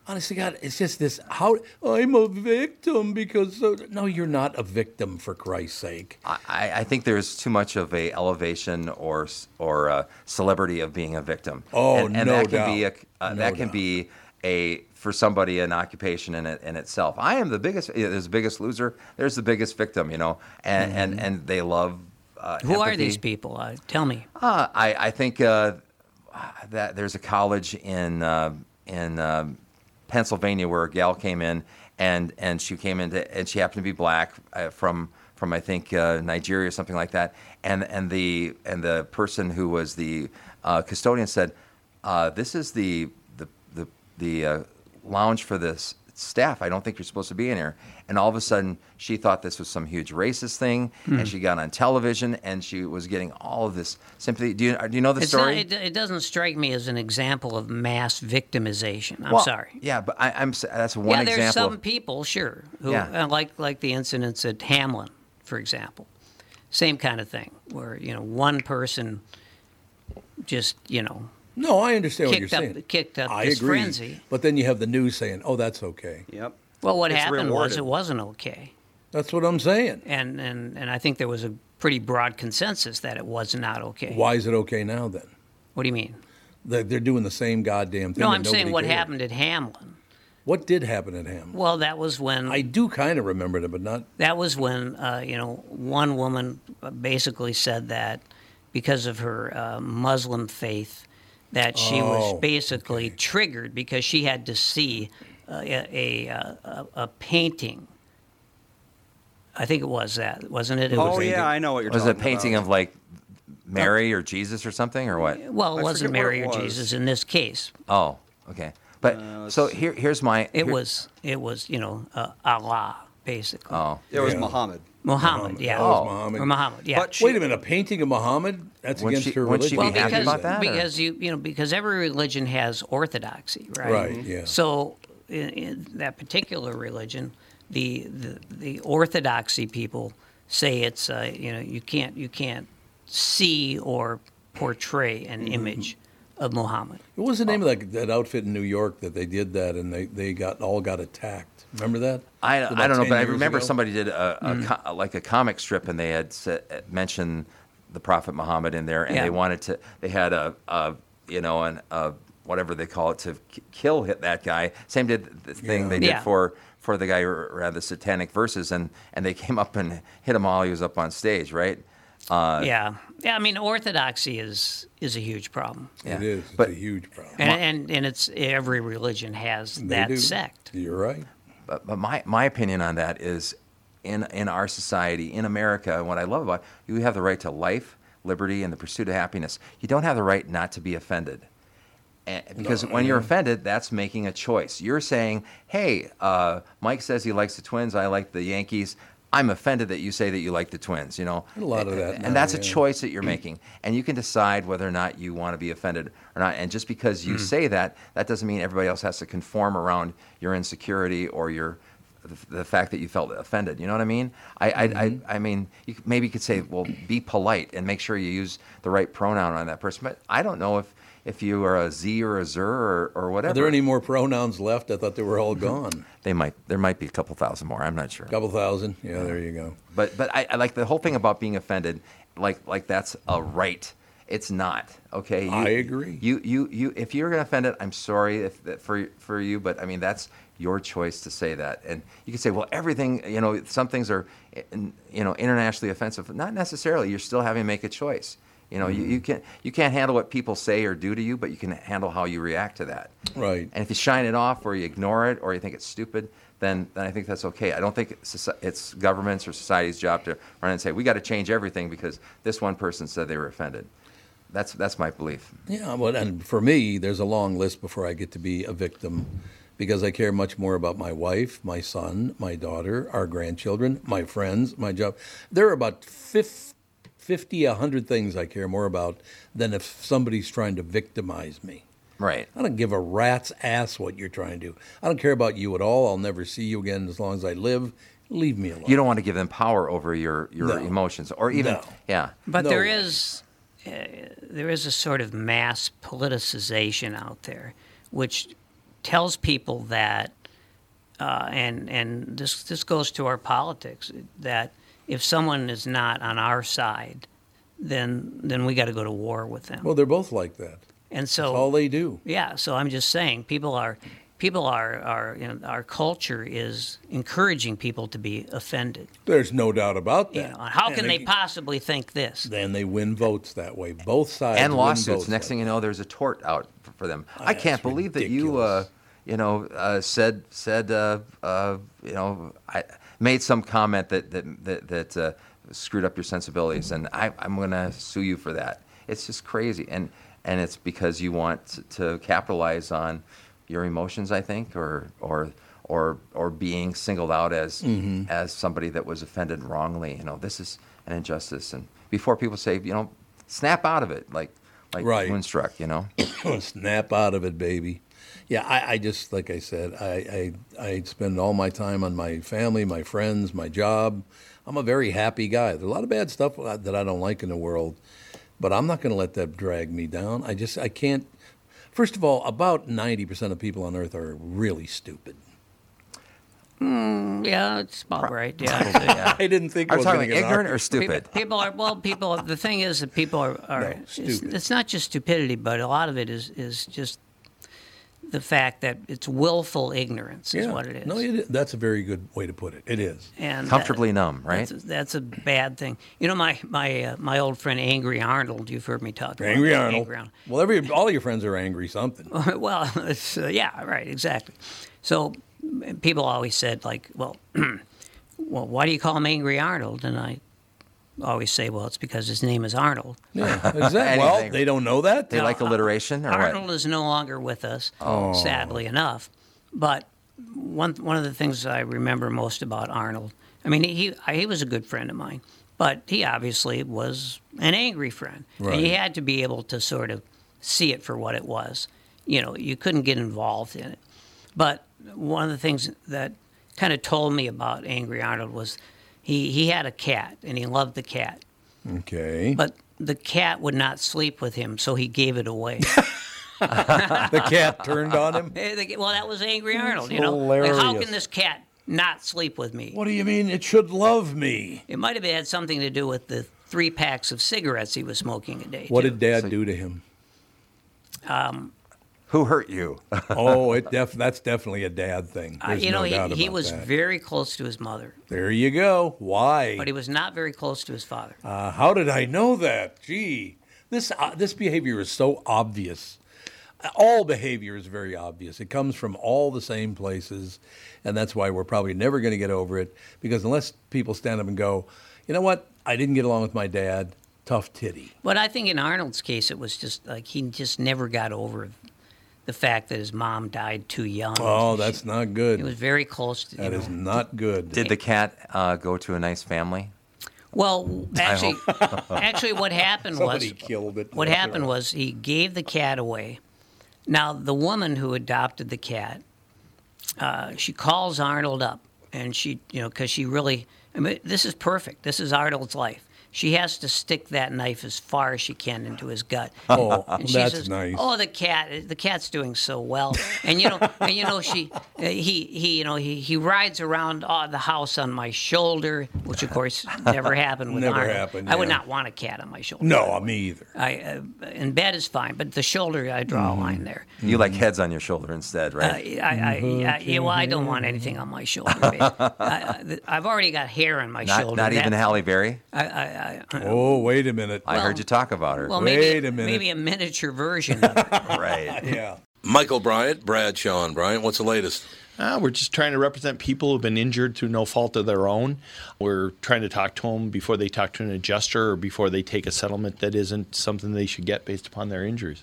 [SPEAKER 2] Honestly, God, it's just this. How I'm a victim because uh, no, you're not a victim for Christ's sake.
[SPEAKER 5] I- I, I think there's too much of a elevation or s- or a celebrity of being a victim.
[SPEAKER 2] Oh,
[SPEAKER 5] and, and
[SPEAKER 2] no
[SPEAKER 5] that can be a,
[SPEAKER 2] doubt.
[SPEAKER 5] uh,
[SPEAKER 2] No
[SPEAKER 5] that can
[SPEAKER 2] doubt.
[SPEAKER 5] be a for somebody an occupation in it in itself. I am the biggest. yeah, There's the biggest loser. There's the biggest victim. You know, and and, and they love. Uh,
[SPEAKER 4] Mm-hmm. Who are these
[SPEAKER 5] empathy.
[SPEAKER 4] people? Uh, tell me.
[SPEAKER 5] Uh, I, I think uh, that there's a college in uh, in um Pennsylvania where a gal came in and and she came into and she happened to be black uh, from from I think uh, Nigeria or something like that and and the and the person who was the uh, custodian said. Uh, this is the the the, the uh, lounge for the s- staff. I don't think you're supposed to be in here. And all of a sudden, she thought this was some huge racist thing,
[SPEAKER 4] Hmm.
[SPEAKER 5] and she got on television and she was getting all of this sympathy. Do you do you know the
[SPEAKER 4] It's not,
[SPEAKER 5] story?
[SPEAKER 4] it, it doesn't strike me as an example of mass victimization. I'm
[SPEAKER 5] Well,
[SPEAKER 4] sorry.
[SPEAKER 5] Yeah, but I, I'm s- that's one
[SPEAKER 4] yeah,
[SPEAKER 5] example.
[SPEAKER 4] there's
[SPEAKER 5] of-
[SPEAKER 4] some people, sure, who
[SPEAKER 5] Yeah.
[SPEAKER 4] uh, like like the incidents at Hamlin, for example. Same kind of thing, where you know one person just you know
[SPEAKER 2] No, I understand what you're
[SPEAKER 4] Kicked up-
[SPEAKER 2] saying.
[SPEAKER 4] kicked up
[SPEAKER 2] I
[SPEAKER 4] this
[SPEAKER 2] agree.
[SPEAKER 4] frenzy.
[SPEAKER 2] But then you have the news saying, "Oh, that's okay."
[SPEAKER 3] Yep.
[SPEAKER 4] well, what
[SPEAKER 3] It's
[SPEAKER 4] happened was
[SPEAKER 3] rewarded.
[SPEAKER 4] it wasn't okay,
[SPEAKER 2] That's what I'm saying.
[SPEAKER 4] and and and I think there was a pretty broad consensus that it was not okay.
[SPEAKER 2] Why is it okay now then?
[SPEAKER 4] What do you mean?
[SPEAKER 2] They're they're doing the same goddamn thing.
[SPEAKER 4] No,
[SPEAKER 2] and
[SPEAKER 4] I'm saying
[SPEAKER 2] nobody
[SPEAKER 4] what
[SPEAKER 2] cares.
[SPEAKER 4] happened at Hamlin.
[SPEAKER 2] What did happen at Hamlin?
[SPEAKER 4] Well, that was when
[SPEAKER 2] I do kind of remember it, but not.
[SPEAKER 4] that was when uh, you know one woman basically said that because of her uh, Muslim faith that she
[SPEAKER 2] Oh,
[SPEAKER 4] was basically triggered because she had to see uh, a, a, a, a painting. I think it was that, wasn't it? it
[SPEAKER 3] Oh
[SPEAKER 4] was,
[SPEAKER 3] yeah, I know what you're
[SPEAKER 5] was it a
[SPEAKER 3] talking
[SPEAKER 5] painting
[SPEAKER 3] about.
[SPEAKER 5] of like Mary or Jesus or something or what?
[SPEAKER 4] Well, it
[SPEAKER 3] I
[SPEAKER 4] wasn't
[SPEAKER 3] forget what
[SPEAKER 4] Mary
[SPEAKER 3] it
[SPEAKER 4] or
[SPEAKER 3] was.
[SPEAKER 4] Jesus in this case.
[SPEAKER 5] Oh, okay. But
[SPEAKER 4] Uh,
[SPEAKER 5] so here, here's my.
[SPEAKER 4] It
[SPEAKER 5] here-
[SPEAKER 4] was it was you know uh, Allah basically.
[SPEAKER 5] Oh,
[SPEAKER 3] It was
[SPEAKER 2] Yeah.
[SPEAKER 3] Muhammad.
[SPEAKER 4] Muhammad, yeah.
[SPEAKER 2] That was
[SPEAKER 5] Oh.
[SPEAKER 2] Muhammad.
[SPEAKER 4] Or Muhammad, yeah.
[SPEAKER 3] But she-
[SPEAKER 2] Wait a minute, a painting of Muhammad? That's
[SPEAKER 5] Wouldn't
[SPEAKER 2] against
[SPEAKER 5] she-
[SPEAKER 2] her
[SPEAKER 5] wouldn't she
[SPEAKER 2] religion.
[SPEAKER 5] be
[SPEAKER 4] well,
[SPEAKER 5] happy
[SPEAKER 4] because,
[SPEAKER 5] about that, or-
[SPEAKER 4] because you you know because every religion has orthodoxy, right?
[SPEAKER 2] Right, Mhm. yeah.
[SPEAKER 4] So in, in that particular religion, the the, the orthodoxy people say it's uh, you know you can't you can't see or portray an
[SPEAKER 5] Mm-hmm.
[SPEAKER 4] image of Muhammad.
[SPEAKER 2] What was the name
[SPEAKER 5] Uh,
[SPEAKER 2] of that, that outfit in New York that they did that and they, they got all got attacked? Remember that?
[SPEAKER 5] I,
[SPEAKER 2] About
[SPEAKER 5] I don't know,
[SPEAKER 2] 10
[SPEAKER 5] but I
[SPEAKER 2] years
[SPEAKER 5] remember
[SPEAKER 2] ago? Mm-hmm.
[SPEAKER 5] somebody did a, a co- like a comic strip, and they had sa- mentioned the Prophet Muhammad in there, and
[SPEAKER 4] Yeah.
[SPEAKER 5] they wanted to. They had a, a you know an a, whatever they call it to k- kill hit that guy. Same did the thing
[SPEAKER 2] Yeah.
[SPEAKER 5] they did
[SPEAKER 4] Yeah.
[SPEAKER 5] for for the guy who read the satanic verses, and and they came up and hit him while he was up on stage, right? Uh,
[SPEAKER 4] yeah, yeah. I mean, orthodoxy is is a huge problem,
[SPEAKER 5] yeah.
[SPEAKER 2] It is. It's
[SPEAKER 5] But-
[SPEAKER 2] a huge problem.
[SPEAKER 4] and and, and it's every religion has
[SPEAKER 2] They
[SPEAKER 4] that
[SPEAKER 2] do.
[SPEAKER 4] sect.
[SPEAKER 2] You're right.
[SPEAKER 5] but, but my, my opinion on that is in, in our society, in America, what I love about it, you have the right to life, liberty, and the pursuit of happiness. You don't have the right not to be offended. And, because when
[SPEAKER 2] Mm-hmm.
[SPEAKER 5] you're offended, that's making a choice. You're saying, hey, uh, Mike says he likes the Twins, I like the Yankees. I'm offended that you say that you like the Twins, you know?
[SPEAKER 2] A lot of that
[SPEAKER 5] And
[SPEAKER 2] now,
[SPEAKER 5] that's a
[SPEAKER 2] yeah.
[SPEAKER 5] choice choice that you're making, and you can decide whether or not you want to be offended or not. And just because
[SPEAKER 2] Mm.
[SPEAKER 5] you say that, that doesn't mean everybody else has to conform around your insecurity or your the, the fact that you felt offended. You know what I mean? I I,
[SPEAKER 2] Mm-hmm.
[SPEAKER 5] I, I mean, you, could- maybe you could say, well, be polite and make sure you use the right pronoun on that person. But I don't know if if you are a Z or a Zer or, or whatever.
[SPEAKER 2] Are there any more pronouns left? I thought they were all gone.
[SPEAKER 5] They might there might be a couple thousand more. I'm not sure.
[SPEAKER 2] Couple thousand. Yeah, there you go.
[SPEAKER 5] But but I, I like the whole thing about being offended. Like like that's a right. It's not okay. You,
[SPEAKER 2] I agree.
[SPEAKER 5] You you you. If you're gonna offend it, I'm sorry if, that- for for you. But I mean that's your choice to say that. And you can say, well, everything. You know, some things are, in- you know, internationally offensive. Not necessarily. You're still having to make a choice. You know, you,
[SPEAKER 2] Mm-hmm.
[SPEAKER 5] you can't you can't handle what people say or do to you, but you can handle how you react to that.
[SPEAKER 2] Right.
[SPEAKER 5] And if you shine it off, or you ignore it, or you think it's stupid, then, then I think that's okay. I don't think it's, soci- it's government's or society's job to run and say we got to change everything because this one person said they were offended. That's that's my belief.
[SPEAKER 2] Yeah, well, and for me, there's a long list before I get to be a victim because I care much more about my wife, my son, my daughter, our grandchildren, my friends, my job. There are about 50, 50 100 things I care more about than if somebody's trying to victimize me.
[SPEAKER 5] Right.
[SPEAKER 2] I don't give a rat's ass what you're trying to do. I don't care about you at all. I'll never see you again as long as I live. Leave me alone.
[SPEAKER 5] You don't want to give them power over your your
[SPEAKER 2] No.
[SPEAKER 5] emotions or even
[SPEAKER 2] No.
[SPEAKER 5] yeah.
[SPEAKER 4] But
[SPEAKER 2] No
[SPEAKER 4] there
[SPEAKER 2] way.
[SPEAKER 4] is uh, there is a sort of mass politicization out there, which tells people that, uh, and and this this goes to our politics that if someone is not on our side, then then we got to go to war with them.
[SPEAKER 2] Well, they're both like that.
[SPEAKER 4] and
[SPEAKER 2] That's all
[SPEAKER 4] so
[SPEAKER 2] they do.
[SPEAKER 4] yeah, so I'm just saying people are. People are, are you know, our culture is encouraging people to be offended.
[SPEAKER 2] There's no doubt about
[SPEAKER 4] You
[SPEAKER 2] that.
[SPEAKER 4] know, how
[SPEAKER 2] And
[SPEAKER 4] can they
[SPEAKER 2] ag-
[SPEAKER 4] possibly think this?
[SPEAKER 2] Then they win votes that way. Both sides
[SPEAKER 5] and
[SPEAKER 2] win
[SPEAKER 5] lawsuits.
[SPEAKER 2] votes
[SPEAKER 5] Next
[SPEAKER 2] like
[SPEAKER 5] thing you know, there's a tort out f- for them. I
[SPEAKER 2] that's
[SPEAKER 5] can't believe that you, uh,
[SPEAKER 2] ridiculous.
[SPEAKER 5] you know, uh, said said uh, uh, you know, I made some comment that that that, that uh, screwed up your sensibilities, and I, I'm going to sue you for that. It's just crazy, and and it's because you want t- to capitalize on your emotions, I think, or or or or being singled out as
[SPEAKER 2] Mm-hmm.
[SPEAKER 5] as somebody that was offended wrongly. You know, this is an injustice, and before people say, you know, snap out of it, like like
[SPEAKER 2] Right.
[SPEAKER 5] Moonstruck, you know.
[SPEAKER 2] snap out of it, baby. Yeah, I, I just like I said, I, I I spend all my time on my family, my friends, my job. I'm a very happy guy. There's a lot of bad stuff uh, that I don't like in the world, but I'm not going to let that drag me down. I just I can't. First of all, about ninety percent of people on Earth are really stupid.
[SPEAKER 4] Yeah, it's about right. Yeah.
[SPEAKER 5] yeah.
[SPEAKER 2] I didn't think I
[SPEAKER 5] Are we
[SPEAKER 2] was
[SPEAKER 5] talking
[SPEAKER 2] gonna
[SPEAKER 5] about
[SPEAKER 2] get an
[SPEAKER 5] ignorant or
[SPEAKER 2] argument.
[SPEAKER 5] stupid?
[SPEAKER 4] People, people are well. People. The thing is that people are. are
[SPEAKER 2] No,
[SPEAKER 4] it's-
[SPEAKER 2] stupid.
[SPEAKER 4] It's, not just stupidity, but a lot of it is is just the fact that it's willful ignorance is
[SPEAKER 2] Yeah.
[SPEAKER 4] what it is.
[SPEAKER 2] No, it is. that's a very good way to put it. It is.
[SPEAKER 4] and that-
[SPEAKER 5] Comfortably numb, right?
[SPEAKER 4] That's a, that's a bad thing. You know, my my uh, my old friend Angry Arnold. You've heard me talk about
[SPEAKER 2] Angry Arnold.
[SPEAKER 4] Angry Arnold.
[SPEAKER 2] Well, every all your friends are angry something.
[SPEAKER 4] well, it's, uh, yeah, right, exactly. So m- people always said, like, well, well, why do you call him Angry Arnold? And I always say, well, it's because his name is Arnold.
[SPEAKER 2] Yeah, exactly. well,
[SPEAKER 5] Anything.
[SPEAKER 2] they don't know that.
[SPEAKER 5] they like alliteration or
[SPEAKER 4] Arnold
[SPEAKER 5] what? Oh.
[SPEAKER 4] is no longer with us, sadly enough. But one one of the things I remember most about Arnold, I mean, he he was a good friend of mine, but he obviously was an angry friend. And he
[SPEAKER 2] Right.
[SPEAKER 4] had to be able to sort of see it for what it was. You know, you couldn't get involved in it. But one of the things that kind of told me about Angry Arnold was he, he had a cat and he loved the cat
[SPEAKER 2] Okay.
[SPEAKER 4] but the cat would not sleep with him, so he gave it away.
[SPEAKER 2] the cat turned on him.
[SPEAKER 4] Eh, the- well, that was Angry Arnold, you know. Like, how
[SPEAKER 2] hilarious.
[SPEAKER 4] can this cat not sleep with me?
[SPEAKER 2] What do you mean it should love me?
[SPEAKER 4] It might have had something to do with the three packs of cigarettes he was smoking a day.
[SPEAKER 2] What
[SPEAKER 4] too.
[SPEAKER 2] did Dad do to him?
[SPEAKER 5] Who hurt you?
[SPEAKER 2] Oh, it def- that's definitely a dad thing.
[SPEAKER 4] Uh,
[SPEAKER 2] There's
[SPEAKER 4] you know,
[SPEAKER 2] no
[SPEAKER 4] he,
[SPEAKER 2] doubt
[SPEAKER 4] he
[SPEAKER 2] about
[SPEAKER 4] was
[SPEAKER 2] that.
[SPEAKER 4] very close to his mother,
[SPEAKER 2] there you go. Why?
[SPEAKER 4] but he was not very close to his father.
[SPEAKER 2] Uh, how did I know that? Gee, this uh, this behavior is so obvious. Uh, All behavior is very obvious. It comes from all the same places, and that's why we're probably never going to get over it. Because unless people stand up and go, you know what? I didn't get along with my dad. Tough titty.
[SPEAKER 4] But I think in Arnold's case, it was just like he just never got over the fact that his mom died too young.
[SPEAKER 2] Oh, that's not
[SPEAKER 4] He was
[SPEAKER 2] good.
[SPEAKER 4] very close to
[SPEAKER 2] That
[SPEAKER 4] you
[SPEAKER 2] is
[SPEAKER 4] know.
[SPEAKER 2] not good.
[SPEAKER 5] Did the cat uh, go to a nice family?
[SPEAKER 4] Well, actually, actually, what happened
[SPEAKER 2] Somebody
[SPEAKER 4] was
[SPEAKER 2] killed it.
[SPEAKER 4] What
[SPEAKER 2] That's
[SPEAKER 4] happened
[SPEAKER 2] right.
[SPEAKER 4] was he gave the cat away. Now the woman who adopted the cat, uh, she calls Arnold up, and she, you know, because she really, I mean, this is perfect. This is Arnold's life. She has to stick that knife as far as she can into his gut.
[SPEAKER 2] Oh,
[SPEAKER 4] And she
[SPEAKER 2] that's
[SPEAKER 4] says,
[SPEAKER 2] nice.
[SPEAKER 4] "Oh, the cat, the cat's doing so well." And you know, and you know, she, uh, he, he, you know, he, he rides around uh, the house on my shoulder, which of course never happened with
[SPEAKER 2] Never
[SPEAKER 4] Arnold.
[SPEAKER 2] happened,
[SPEAKER 4] I would
[SPEAKER 2] yeah.
[SPEAKER 4] not want a cat on my shoulder.
[SPEAKER 2] No, me either.
[SPEAKER 4] I uh, in bed is fine, but the shoulder I draw a
[SPEAKER 2] Mm.
[SPEAKER 4] line there.
[SPEAKER 5] You like
[SPEAKER 2] Mm-hmm.
[SPEAKER 5] heads on your shoulder instead, right?
[SPEAKER 4] I, I, I, I, yeah, well, I don't want anything on my shoulder. babe. I, I, th- I've already got hair on my
[SPEAKER 5] not
[SPEAKER 4] shoulder.
[SPEAKER 5] not even
[SPEAKER 4] That-
[SPEAKER 5] Halle Berry.
[SPEAKER 2] Oh, wait a minute.
[SPEAKER 5] I heard you talk about her.
[SPEAKER 4] Well, maybe,
[SPEAKER 2] Wait a minute.
[SPEAKER 4] Maybe a miniature version. Of it.
[SPEAKER 5] right.
[SPEAKER 2] yeah.
[SPEAKER 6] Michael Bryant, Brad Sean Bryant, what's the latest?
[SPEAKER 7] Ah, we're just trying to represent people who've been injured through no fault of their own. We're trying to talk to them before they talk to an adjuster or before they take a settlement that isn't something they should get based upon their injuries.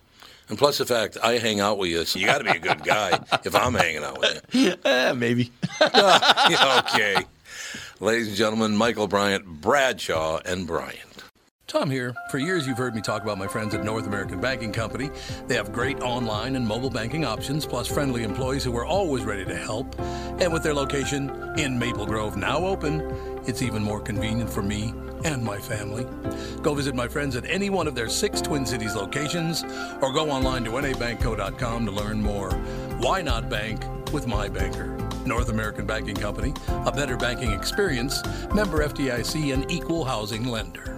[SPEAKER 6] And plus the fact I hang out with you, so you got to be a good guy if I'm hanging out with you.
[SPEAKER 7] Eh, maybe.
[SPEAKER 6] okay. Ladies and gentlemen, Michael Bryant, Bradshaw, and Bryant.
[SPEAKER 2] Tom here. For years, you've heard me talk about my friends at North American Banking Company. They have great online and mobile banking options, plus friendly employees who are always ready to help. And with their location in Maple Grove now open, it's even more convenient for me and my family. Go visit my friends at any one of their six Twin Cities locations or go online to nabankco.com to learn more. Why not bank with my banker? North American Banking Company, a better banking experience, member FDIC, and equal housing lender.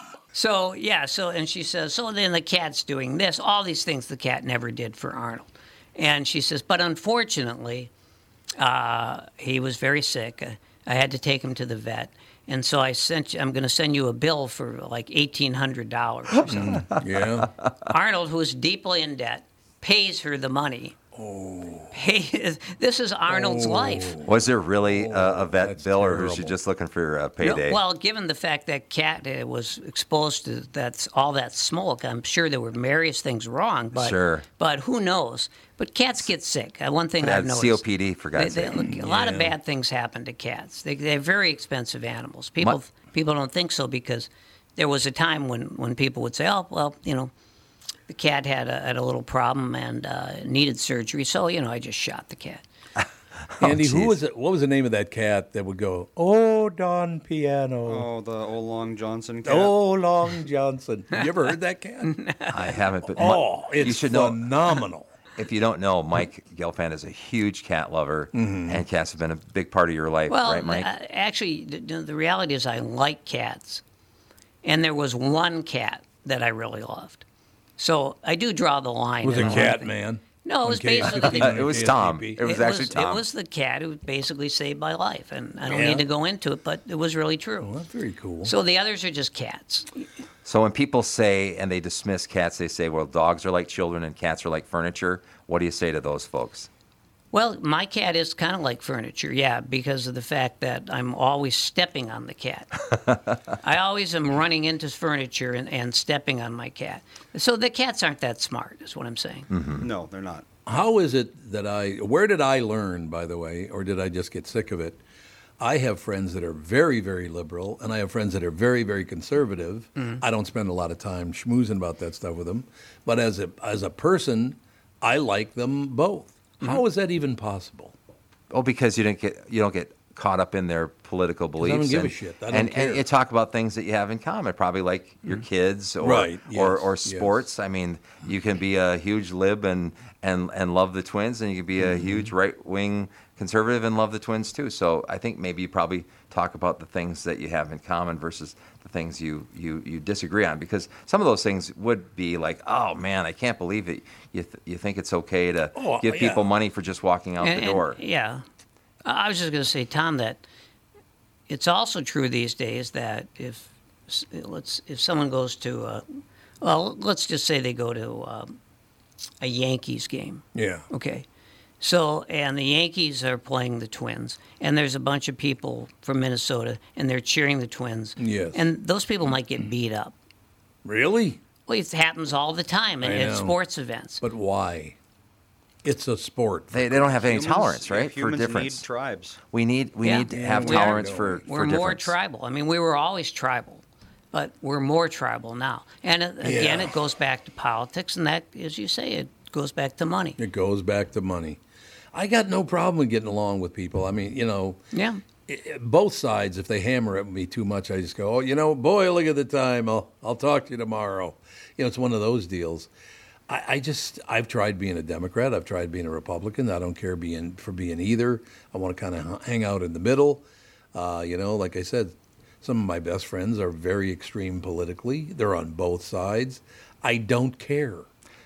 [SPEAKER 4] So yeah, so and she says, so then the cat's doing this, all these things the cat never did for Arnold, and she says, but unfortunately, uh, he was very sick. I- I had to take him to the vet, and so I sent. You, I'm going to send you a bill for like eighteen hundred dollars.
[SPEAKER 2] Yeah.
[SPEAKER 4] Arnold, who is deeply in debt, pays her the money. Oh, this is Arnold's life.
[SPEAKER 5] Was there really a, a vet
[SPEAKER 2] Oh, that's
[SPEAKER 5] bill, or was she
[SPEAKER 2] terrible.
[SPEAKER 5] just looking for a
[SPEAKER 4] No,
[SPEAKER 5] payday?
[SPEAKER 4] well, given the fact that Cat uh, was exposed to that's all that smoke, I'm sure there were various things wrong. But
[SPEAKER 5] Sure.
[SPEAKER 4] but who knows? But cats get sick. Uh, One thing
[SPEAKER 5] Yeah,
[SPEAKER 4] I've noticed.
[SPEAKER 5] COPD, for God's
[SPEAKER 4] They- they-
[SPEAKER 5] sake.
[SPEAKER 4] look, a lot of bad things happen to cats. They, they're very expensive animals. People people don't think so because there was a time when, when people would say, oh, well, you know, the cat had a, had a little problem and uh, needed surgery, so, you know, I just shot the cat.
[SPEAKER 2] Andy, who
[SPEAKER 5] geez.
[SPEAKER 2] was it? What was the name of that cat that would go, Oh, Don Piano,
[SPEAKER 3] Oh, the old Long Johnson cat.
[SPEAKER 2] Oh, Long Johnson? You ever heard that cat?
[SPEAKER 5] I haven't. But Mi-
[SPEAKER 2] oh, it's
[SPEAKER 5] you should know.
[SPEAKER 2] phenomenal.
[SPEAKER 5] If you don't know, Mike Gelfand is a huge cat lover,
[SPEAKER 2] Mm-hmm.
[SPEAKER 5] and cats have been a big part of your life,
[SPEAKER 4] Well,
[SPEAKER 5] right, Mike?
[SPEAKER 4] uh, actually, the, the the reality is I like cats, and there was one cat that I really loved. So I do draw the line.
[SPEAKER 2] It was
[SPEAKER 4] in
[SPEAKER 2] a
[SPEAKER 4] lot
[SPEAKER 2] cat
[SPEAKER 4] of-
[SPEAKER 2] man.
[SPEAKER 4] No, it was
[SPEAKER 2] In case
[SPEAKER 4] basically
[SPEAKER 2] you
[SPEAKER 4] the-
[SPEAKER 5] Uh, it was
[SPEAKER 2] KSTP.
[SPEAKER 5] Tom. It was actually Tom.
[SPEAKER 4] It was the cat who basically saved my life, and I don't
[SPEAKER 2] Yeah.
[SPEAKER 4] need to go into it, but it was really true.
[SPEAKER 2] Well, that's very cool.
[SPEAKER 4] So the others are just cats.
[SPEAKER 5] so when people say and they dismiss cats, they say, "Well, dogs are like children and cats are like furniture." What do you say to those folks?
[SPEAKER 4] Well, my cat is kind of like furniture, yeah, because of the fact that I'm always stepping on the cat. I always am running into furniture and, and stepping on my cat. So the cats aren't that smart, is what I'm saying.
[SPEAKER 3] No, they're not.
[SPEAKER 2] How is it that I, where did I learn, by the way, or did I just get sick of it? I have friends that are very, very liberal, and I have friends that are very, very conservative. I don't spend a lot of time schmoozing about that stuff with them, but as a as a person, I like them both. How is that even possible?
[SPEAKER 5] Oh, because you didn't get you don't get caught up in their political
[SPEAKER 2] don't
[SPEAKER 5] beliefs.
[SPEAKER 2] give a
[SPEAKER 5] and,
[SPEAKER 2] shit. I don't
[SPEAKER 5] and,
[SPEAKER 2] care. Mm-hmm.
[SPEAKER 5] and you talk about things that you have in common, probably like your kids or
[SPEAKER 2] Right,
[SPEAKER 5] or,
[SPEAKER 2] yes,
[SPEAKER 5] or
[SPEAKER 2] yes.
[SPEAKER 5] sports. I mean, you can be a huge lib and and and love the twins, and you can be
[SPEAKER 2] Mm-hmm.
[SPEAKER 5] a huge right wing conservative and love the twins too. So I think maybe you probably talk about the things that you have in common versus the things you you you disagree on, because some of those things would be like, oh man, I can't believe it. You th- you think it's okay to
[SPEAKER 2] Oh,
[SPEAKER 5] give
[SPEAKER 2] yeah.
[SPEAKER 5] people money for just walking out
[SPEAKER 4] And-
[SPEAKER 5] the
[SPEAKER 4] and-
[SPEAKER 5] door?
[SPEAKER 4] yeah. I I was just going to say, Tom, that it's also true these days that if s- let's if someone goes to uh, well, let's just say they go to um, a Yankees game.
[SPEAKER 2] Yeah.
[SPEAKER 4] Okay. So, and the Yankees are playing the Twins, and there's a bunch of people from Minnesota, and they're cheering the Twins.
[SPEAKER 2] Yes.
[SPEAKER 4] And those people might get beat up.
[SPEAKER 2] Really?
[SPEAKER 4] Well, it happens all the time in,
[SPEAKER 2] I
[SPEAKER 4] in
[SPEAKER 2] know.
[SPEAKER 4] sports events.
[SPEAKER 2] But why? It's a sport.
[SPEAKER 5] They, they don't have any
[SPEAKER 3] Humans-
[SPEAKER 5] tolerance,
[SPEAKER 3] yeah,
[SPEAKER 5] right? For
[SPEAKER 3] humans
[SPEAKER 5] difference,
[SPEAKER 3] need tribes.
[SPEAKER 5] we need we
[SPEAKER 4] Yeah.
[SPEAKER 5] need to
[SPEAKER 4] Yeah,
[SPEAKER 5] have
[SPEAKER 4] we are-
[SPEAKER 5] tolerance for
[SPEAKER 4] we're
[SPEAKER 5] for
[SPEAKER 4] more
[SPEAKER 5] difference.
[SPEAKER 4] tribal. I mean, we were always tribal, but we're more tribal now. And it, again,
[SPEAKER 2] Yeah.
[SPEAKER 4] it goes back to politics, and that, as you say, it goes back to money.
[SPEAKER 2] It goes back to money. I got no problem with getting along with people. I mean, you know,
[SPEAKER 4] Yeah.
[SPEAKER 2] both sides, if they hammer at me too much, I just go, oh, you know, boy, look at the time. I'll, I'll talk to you tomorrow. You know, it's one of those deals. I, I just, I've tried being a Democrat. I've tried being a Republican. I don't care being for being either. I want to kind of hang out in the middle. Uh, you know, like I said, some of my best friends are very extreme politically. They're on both sides. I don't care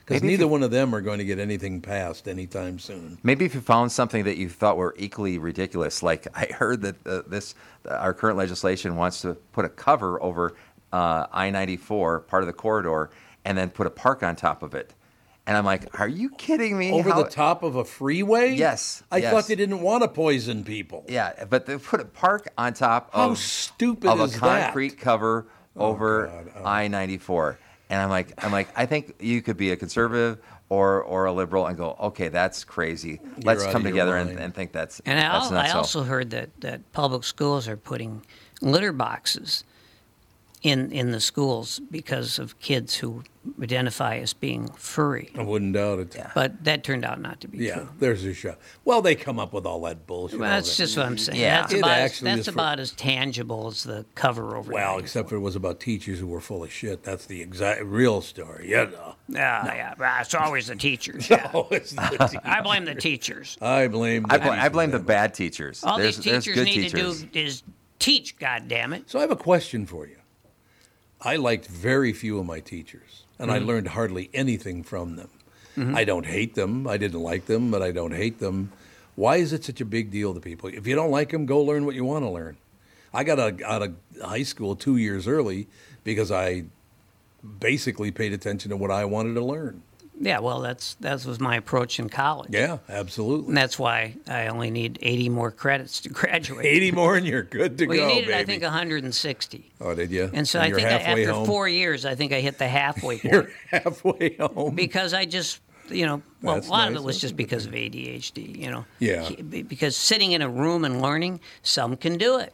[SPEAKER 2] because
[SPEAKER 5] Maybe if
[SPEAKER 2] neither one of them are going to get anything passed anytime soon.
[SPEAKER 5] Maybe if you found something that you thought were equally ridiculous, like I heard that uh, this uh, our current legislation wants to put a cover over uh, I 94, part of the corridor, and then put a park on top of it. And I'm like, are you kidding me?
[SPEAKER 2] Over
[SPEAKER 5] How-
[SPEAKER 2] the top of a freeway?
[SPEAKER 5] Yes,
[SPEAKER 2] I
[SPEAKER 5] yes.
[SPEAKER 2] thought they didn't want to poison people.
[SPEAKER 5] Yeah, but they put a park on top
[SPEAKER 2] How
[SPEAKER 5] of
[SPEAKER 2] stupid
[SPEAKER 5] of
[SPEAKER 2] is
[SPEAKER 5] a
[SPEAKER 2] that? Oh,
[SPEAKER 5] concrete cover over I ninety four, and I'm like, I'm like, I think you could be a conservative or or a liberal and go, okay, that's crazy. Let's
[SPEAKER 2] out
[SPEAKER 5] come
[SPEAKER 2] of your
[SPEAKER 5] together and,
[SPEAKER 2] mind.
[SPEAKER 5] and think that's
[SPEAKER 4] And I,
[SPEAKER 5] that's
[SPEAKER 4] al-
[SPEAKER 5] not
[SPEAKER 4] I
[SPEAKER 5] so.
[SPEAKER 4] also heard that, that public schools are putting litter boxes in in the schools because of kids who identify as being furry.
[SPEAKER 2] I wouldn't doubt it.
[SPEAKER 4] But that turned out not to be
[SPEAKER 2] Yeah,
[SPEAKER 4] true.
[SPEAKER 2] there's your shot. Well, they come up with all that bullshit.
[SPEAKER 4] Well,
[SPEAKER 2] all
[SPEAKER 4] that's
[SPEAKER 2] that-
[SPEAKER 4] just what I'm saying.
[SPEAKER 5] Yeah.
[SPEAKER 4] That's,
[SPEAKER 2] It
[SPEAKER 4] about, as,
[SPEAKER 2] actually
[SPEAKER 4] that's
[SPEAKER 2] is for-
[SPEAKER 4] about as tangible as the cover over
[SPEAKER 2] well,
[SPEAKER 4] there.
[SPEAKER 2] except for it was about teachers who were full of shit. That's the exact real story. Yeah, no.
[SPEAKER 4] Yeah, Ah, yeah. Well, It's always the teachers. yeah.
[SPEAKER 2] Oh, it's the te-
[SPEAKER 4] I blame the teachers.
[SPEAKER 2] I blame. The
[SPEAKER 5] I blame, I
[SPEAKER 2] teachers
[SPEAKER 5] blame the
[SPEAKER 2] then.
[SPEAKER 5] bad teachers.
[SPEAKER 4] All
[SPEAKER 5] there's,
[SPEAKER 4] these
[SPEAKER 5] there's
[SPEAKER 4] teachers
[SPEAKER 5] good
[SPEAKER 4] need
[SPEAKER 5] teachers.
[SPEAKER 4] to do is teach, God damn it.
[SPEAKER 2] So I have a question for you. I liked very few of my teachers, and I learned hardly anything from them. I don't hate them. I didn't like them, but I don't hate them. Why is it such a big deal to people? If you don't like them, go learn what you want to learn. I got out out of high school two years early because I basically paid attention to what I wanted to learn.
[SPEAKER 4] Yeah, well, that's that was my approach in college.
[SPEAKER 2] Yeah, absolutely.
[SPEAKER 4] And that's why I only need 80 more credits to graduate.
[SPEAKER 2] 80 more and you're good to
[SPEAKER 4] Well,
[SPEAKER 2] go,
[SPEAKER 4] you needed,
[SPEAKER 2] baby.
[SPEAKER 4] I think, 160.
[SPEAKER 2] oh, did you?
[SPEAKER 4] And so I
[SPEAKER 2] you're
[SPEAKER 4] think I,
[SPEAKER 2] halfway
[SPEAKER 4] after
[SPEAKER 2] home.
[SPEAKER 4] four years, I think I hit the halfway point
[SPEAKER 2] You're halfway home.
[SPEAKER 4] because I just, you know, well,
[SPEAKER 2] That's
[SPEAKER 4] a lot of
[SPEAKER 2] nice.
[SPEAKER 4] it was just because of ADHD, you know.
[SPEAKER 2] Yeah.
[SPEAKER 4] He- be- Because sitting in a room and learning, some can do it.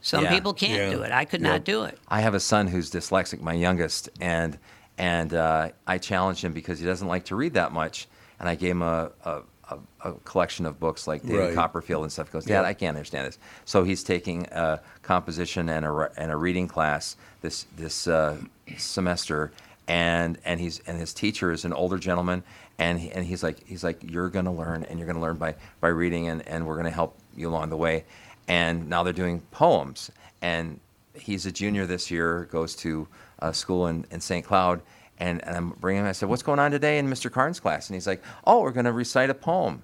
[SPEAKER 4] Some
[SPEAKER 5] Yeah.
[SPEAKER 4] people can't
[SPEAKER 2] Yeah.
[SPEAKER 4] do it. I could not do it.
[SPEAKER 5] I have a son who's dyslexic, my youngest, and and uh, I challenged him because he doesn't like to read that much, and I gave him a a, a, a collection of books like David
[SPEAKER 2] Right.
[SPEAKER 5] Copperfield and stuff. He goes, Dad, I can't understand this. So he's taking a composition and a re- and a reading class this this uh, semester. And, and he's and his teacher is an older gentleman and he, and he's like he's like you're gonna learn and you're gonna learn by by reading and, and we're gonna help you along the way and now they're doing poems and he's a junior this year, goes to uh, school in, in St. Cloud. And, and I'm bringing him, I said, What's going on today in Mr. Carnes' class? And he's like, Oh, we're going to recite a poem.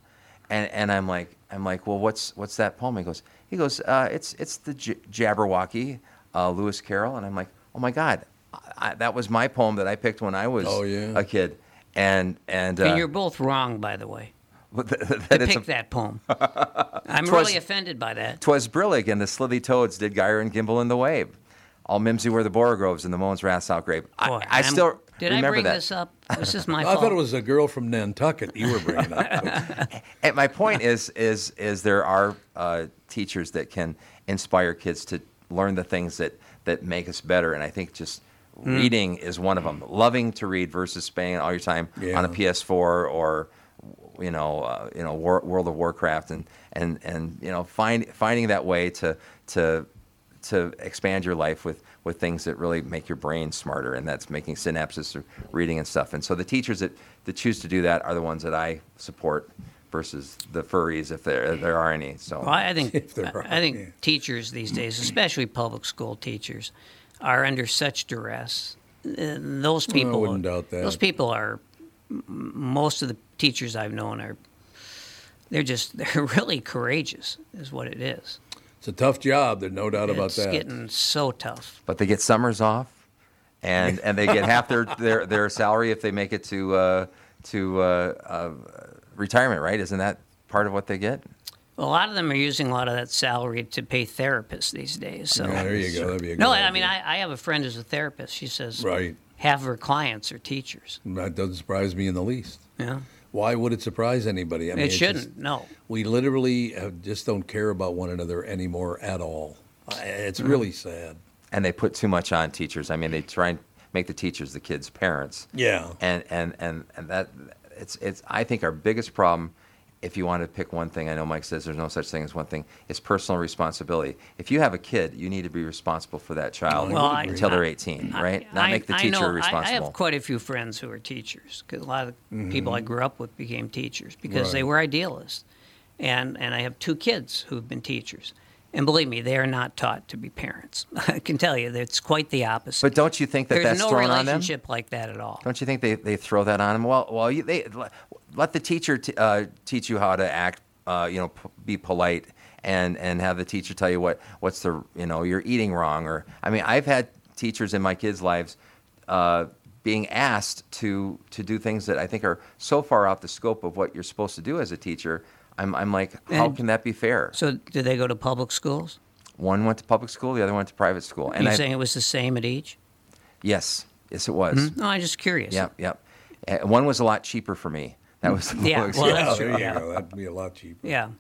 [SPEAKER 5] And, and I'm like, I'm like, well, what's what's that poem? He goes, he goes, uh, it's it's the J- Jabberwocky, uh, Lewis Carroll. And I'm like, oh my God, I, I, that was my poem that I picked when I was
[SPEAKER 2] Oh, yeah.
[SPEAKER 5] a kid. And and, uh,
[SPEAKER 4] and you're both wrong, by the way,
[SPEAKER 5] that
[SPEAKER 4] to
[SPEAKER 5] it's
[SPEAKER 4] pick
[SPEAKER 5] a-
[SPEAKER 4] that poem. I'm really offended by that.
[SPEAKER 5] Twas brillig and the slithy toads did gyre and gimble in the wave. All mimsy were the borogoves and the moans wraths outgrape. I,
[SPEAKER 4] Boy,
[SPEAKER 5] I
[SPEAKER 4] I'm-
[SPEAKER 5] still
[SPEAKER 4] did
[SPEAKER 5] remember
[SPEAKER 4] I bring
[SPEAKER 5] that.
[SPEAKER 4] this up? This is my
[SPEAKER 2] I
[SPEAKER 4] fault.
[SPEAKER 2] thought it was a girl from Nantucket you were bringing up.
[SPEAKER 5] And my point is, is, is there are uh, teachers that can inspire kids to learn the things that that make us better, and I think just reading is one of them. Loving to read versus spending all your time on
[SPEAKER 2] Yeah.
[SPEAKER 5] a PS4 or you know, uh, you know, War, World of Warcraft, and and and you know, find finding that way to to to expand your life with with things that really make your brain smarter, and that's making synapses through reading and stuff. And so the teachers that that choose to do that are the ones that I support versus the furries, if there if there are any. So
[SPEAKER 4] Well, I think
[SPEAKER 2] If there are,
[SPEAKER 4] I think
[SPEAKER 2] yeah. Mm.
[SPEAKER 4] teachers these days, especially public school teachers, are under such duress. And Those people,
[SPEAKER 2] wouldn't doubt that.
[SPEAKER 4] those people are. m- Most of the teachers I've known are. They're just they're really courageous, is what it is.
[SPEAKER 2] It's a tough job. There's no doubt about
[SPEAKER 4] it's
[SPEAKER 2] that.
[SPEAKER 4] getting so tough.
[SPEAKER 5] but they get summers off, and and they get half their their, their salary if they make it to uh, to uh, uh, retirement. Right? Isn't that part of what they get?
[SPEAKER 4] A lot of them are using a lot of that salary to pay therapists these days. So
[SPEAKER 2] Yeah, there you go. That'd be a good
[SPEAKER 4] no, I
[SPEAKER 2] idea.
[SPEAKER 4] mean I, I have a friend who's a therapist. She says
[SPEAKER 2] Right. Mm.
[SPEAKER 4] half of her clients are teachers.
[SPEAKER 2] that doesn't surprise me in the least.
[SPEAKER 4] Yeah,
[SPEAKER 2] Why would it surprise anybody? I mean,
[SPEAKER 4] it
[SPEAKER 2] it's
[SPEAKER 4] shouldn't.
[SPEAKER 2] just-
[SPEAKER 4] no,
[SPEAKER 2] we literally uh, just don't care about one another anymore at all. I- It's
[SPEAKER 4] Mm-hmm.
[SPEAKER 2] really sad.
[SPEAKER 5] and they put too much on teachers. I mean, they try and make the teachers the kids' parents.
[SPEAKER 2] Yeah.
[SPEAKER 5] And and and and that it's it's I think our biggest problem. If you want to pick one thing, I know Mike says there's no such thing as one thing. It's personal responsibility. If you have a kid, you need to be responsible for that child
[SPEAKER 4] Well, I-
[SPEAKER 5] until they're
[SPEAKER 4] I-
[SPEAKER 5] 18, right? Not make the teacher
[SPEAKER 4] know- I-
[SPEAKER 5] responsible.
[SPEAKER 4] I, have quite a few friends who are teachers because a lot of the
[SPEAKER 5] Mm-hmm.
[SPEAKER 4] people I grew up with became teachers because they
[SPEAKER 2] Right.
[SPEAKER 4] were idealists, and and I have two kids who've been teachers, and believe me, they are not taught to be parents. I can tell you, that it's quite the opposite.
[SPEAKER 5] but don't you think that
[SPEAKER 4] There's
[SPEAKER 5] that's
[SPEAKER 4] no
[SPEAKER 5] thrown on them?
[SPEAKER 4] relationship like that at all.
[SPEAKER 5] Don't you think they, they throw that on them? Well, well, you, they le- let the teacher t- uh, teach you how to act. Uh, you know, p- be polite and and have the teacher tell you what what's the you know you're eating wrong. Or I mean, I've had teachers in my kids' lives uh, being asked to to do things that I think are so far out the scope of what you're supposed to do as a teacher. I'm, I'm like, how
[SPEAKER 4] And-
[SPEAKER 5] can that be fair?
[SPEAKER 4] So did they go to public schools?
[SPEAKER 5] One went to public school, the other went to private school.
[SPEAKER 4] You're
[SPEAKER 5] I,
[SPEAKER 4] saying Hmm? it was the same at each?
[SPEAKER 5] yes, yes, it was.
[SPEAKER 4] No, I'm just curious.
[SPEAKER 5] Yep, yep. Uh, one was a lot cheaper for me. That was the
[SPEAKER 4] Yeah,
[SPEAKER 5] public
[SPEAKER 4] well,
[SPEAKER 5] school.
[SPEAKER 4] that's
[SPEAKER 2] Oh,
[SPEAKER 4] true,
[SPEAKER 2] there you
[SPEAKER 4] yeah.
[SPEAKER 2] go. That'd be a lot cheaper.
[SPEAKER 4] Yeah.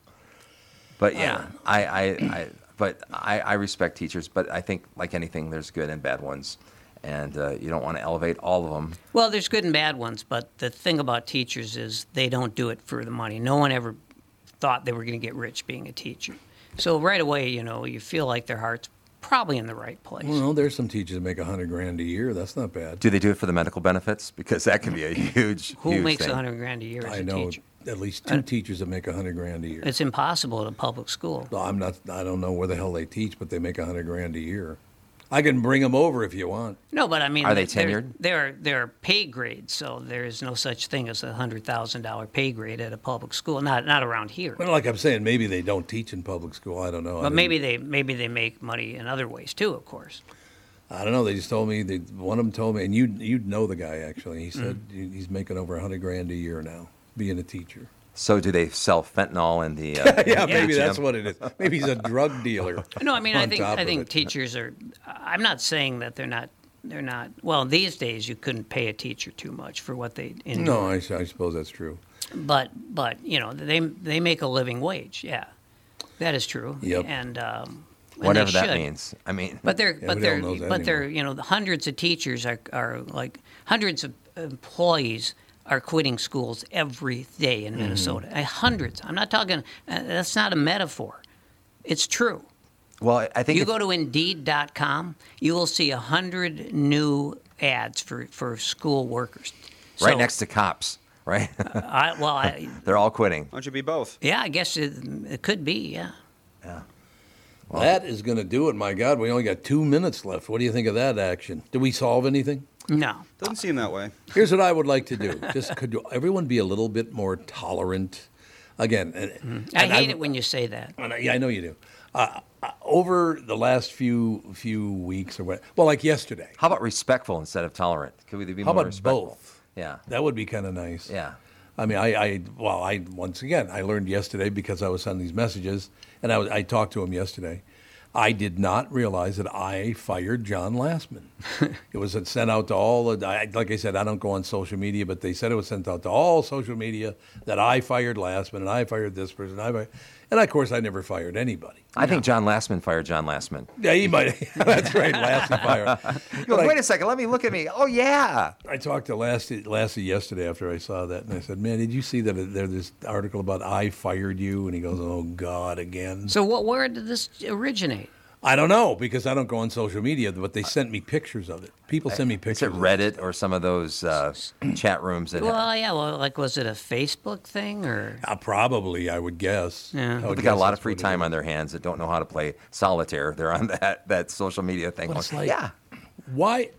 [SPEAKER 5] But yeah, I, I, I but I, I respect teachers, but I think like anything, there's good and bad ones, and uh, you don't want to elevate all of them.
[SPEAKER 4] Well, there's good and bad ones, but the thing about teachers is they don't do it for the money. No one ever thought they were going to get rich being a teacher. So right away, you know, you feel like their heart's probably in the right place.
[SPEAKER 2] Well, there's some teachers that make a hundred grand a year. That's not bad.
[SPEAKER 5] Do they do it for the medical benefits? Because that can be a huge,
[SPEAKER 4] Who
[SPEAKER 5] huge
[SPEAKER 4] makes a
[SPEAKER 5] thing.
[SPEAKER 4] 100 grand a year as
[SPEAKER 2] I
[SPEAKER 4] a
[SPEAKER 2] know
[SPEAKER 4] teacher?
[SPEAKER 2] at least two teachers that make a hundred grand a year.
[SPEAKER 4] It's impossible at a public school.
[SPEAKER 2] No, I'm not. I don't know where the hell they teach, but they make a hundred grand a year. I can bring them over if you want.
[SPEAKER 4] No, but I mean,
[SPEAKER 5] Are they
[SPEAKER 4] there-
[SPEAKER 5] tenured?
[SPEAKER 4] There are there are pay grades, so there is no such thing as a hundred thousand dollar pay grade at a public school. Not not around here.
[SPEAKER 2] Well, like I'm saying, maybe they don't teach in public school. I don't know. I
[SPEAKER 4] But
[SPEAKER 2] didn't-
[SPEAKER 4] maybe they maybe they make money in other ways too. Of course,
[SPEAKER 2] I don't know. They just told me. They, one of them told me, and you you know the guy actually.
[SPEAKER 4] Mm.
[SPEAKER 2] He said he- he's making over a hundred grand a year now being a teacher.
[SPEAKER 5] So do they sell fentanyl in the? Uh,
[SPEAKER 2] Yeah,
[SPEAKER 5] the
[SPEAKER 2] maybe
[SPEAKER 5] ATM?
[SPEAKER 2] that's what it is. Maybe he's a drug dealer.
[SPEAKER 4] No, I mean, I
[SPEAKER 2] on
[SPEAKER 4] think
[SPEAKER 2] top
[SPEAKER 4] I
[SPEAKER 2] of
[SPEAKER 4] think
[SPEAKER 2] it.
[SPEAKER 4] teachers are. I'm not saying that they're not. They're not. Well, these days you couldn't pay a teacher too much for what they. endure.
[SPEAKER 2] No, I, s- I suppose that's true.
[SPEAKER 4] But but you know they they make a living wage. Yeah, that is true.
[SPEAKER 2] Yep.
[SPEAKER 4] And um, and they
[SPEAKER 5] Whatever that
[SPEAKER 4] should.
[SPEAKER 5] means. I mean,
[SPEAKER 4] But they're
[SPEAKER 2] Yeah,
[SPEAKER 4] but
[SPEAKER 2] we don't
[SPEAKER 4] they're
[SPEAKER 2] know that
[SPEAKER 4] but they're you know the hundreds of teachers are are like hundreds of employees are quitting schools every day
[SPEAKER 2] Mm-hmm.
[SPEAKER 4] in Minnesota. Uh, Hundreds. I'm not talking. Uh, that's not a metaphor. It's true.
[SPEAKER 5] well, I- I think
[SPEAKER 4] You
[SPEAKER 5] if-
[SPEAKER 4] go to Indeed.com, you will see a hundred new ads for for school workers.
[SPEAKER 5] right
[SPEAKER 4] So,
[SPEAKER 5] next to cops, right?
[SPEAKER 4] I, well, I,
[SPEAKER 5] They're all quitting.
[SPEAKER 3] Why don't you be both?
[SPEAKER 4] yeah, I guess it, it could be. Yeah.
[SPEAKER 2] that is going to do it. My God, we only got two minutes left. What do you think of that action? Did we solve anything?
[SPEAKER 4] No.
[SPEAKER 3] Doesn't seem that way.
[SPEAKER 2] Here's what I would like to do. Just could everyone be a little bit more tolerant? Again, and,
[SPEAKER 4] I
[SPEAKER 2] and
[SPEAKER 4] hate it when you say that.
[SPEAKER 2] And I, yeah, I know you do. Uh, uh, over the last few few weeks or what? Well, like yesterday.
[SPEAKER 5] How about respectful instead of tolerant? Could we be
[SPEAKER 2] How
[SPEAKER 5] more
[SPEAKER 2] about
[SPEAKER 5] respectful?
[SPEAKER 2] both?
[SPEAKER 5] Yeah,
[SPEAKER 2] That would be kind of nice.
[SPEAKER 5] yeah.
[SPEAKER 2] I mean, I, I well, I once again I learned yesterday because I was sending these messages, and I, was, I talked to him yesterday. I did not realize that I fired John Lastman. it was sent out to all. The, I, like I said, I don't go on social media, but they said it was sent out to all social media that I fired Lastman and I fired this person. I fired, and of course I never fired anybody.
[SPEAKER 5] I think John Lastman fired John Lastman.
[SPEAKER 2] Yeah, he might. That's right, Lassie fired.
[SPEAKER 5] He goes,
[SPEAKER 2] But I-
[SPEAKER 5] Wait a second, let me look at me. Oh yeah.
[SPEAKER 2] I talked to Lassie, Lassie yesterday after I saw that, and I said, "Man, did you see that? There's this article about I fired you," and he goes, "Oh God, again."
[SPEAKER 4] So what? Where did this originate?
[SPEAKER 2] I don't know because I don't go on social media, but they sent me pictures of it. People send me
[SPEAKER 5] Is it
[SPEAKER 2] pictures. of
[SPEAKER 5] Reddit or some of those uh, chat rooms that?
[SPEAKER 4] Well, yeah. Well, like, was it a Facebook thing or?
[SPEAKER 2] Uh, probably, I would guess.
[SPEAKER 4] Yeah.
[SPEAKER 2] I
[SPEAKER 4] But
[SPEAKER 2] would
[SPEAKER 5] they got a
[SPEAKER 2] guess
[SPEAKER 5] lot of
[SPEAKER 2] that's
[SPEAKER 5] free
[SPEAKER 2] what it
[SPEAKER 5] time
[SPEAKER 2] is.
[SPEAKER 5] on their hands that don't know how to play solitaire. They're on that, that social media thing.
[SPEAKER 2] But it's
[SPEAKER 5] going,
[SPEAKER 2] like-
[SPEAKER 5] yeah,
[SPEAKER 2] Why,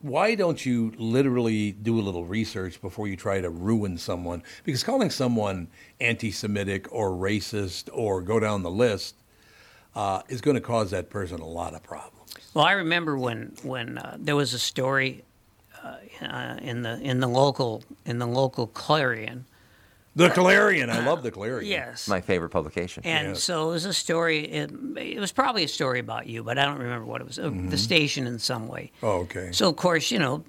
[SPEAKER 2] why don't you literally do a little research before you try to ruin someone? Because calling someone anti-Semitic or racist or go down the list uh, is going to cause that person a lot of problems.
[SPEAKER 4] Well, I remember when when uh, there was a story uh, uh, in the in the local in the local Clarion.
[SPEAKER 2] The Clarion, I love the Clarion.
[SPEAKER 4] Yes.
[SPEAKER 5] my favorite publication.
[SPEAKER 4] And
[SPEAKER 2] Yes.
[SPEAKER 4] so it was a story. It, it was probably a story about you, but I don't remember what it was. uh, The station in some way.
[SPEAKER 2] Oh, Mm-hmm. okay.
[SPEAKER 4] So of course, you know,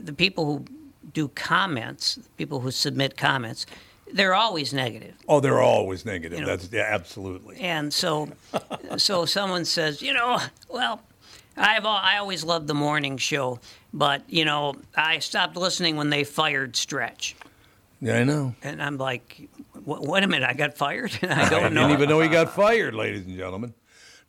[SPEAKER 4] the people who do comments, people who submit comments, they're always negative.
[SPEAKER 2] oh, they're always negative.
[SPEAKER 4] You know.
[SPEAKER 2] That's yeah, absolutely.
[SPEAKER 4] And so, so someone says, you know, well, I've al- I always loved the morning show, but you know, I stopped listening when they fired Stretch,
[SPEAKER 2] Yeah, I know.
[SPEAKER 4] and I'm like, "Wha- wait a minute, I got fired. I
[SPEAKER 2] I
[SPEAKER 4] don't
[SPEAKER 2] didn't
[SPEAKER 4] know.
[SPEAKER 2] even know he got fired, ladies and gentlemen.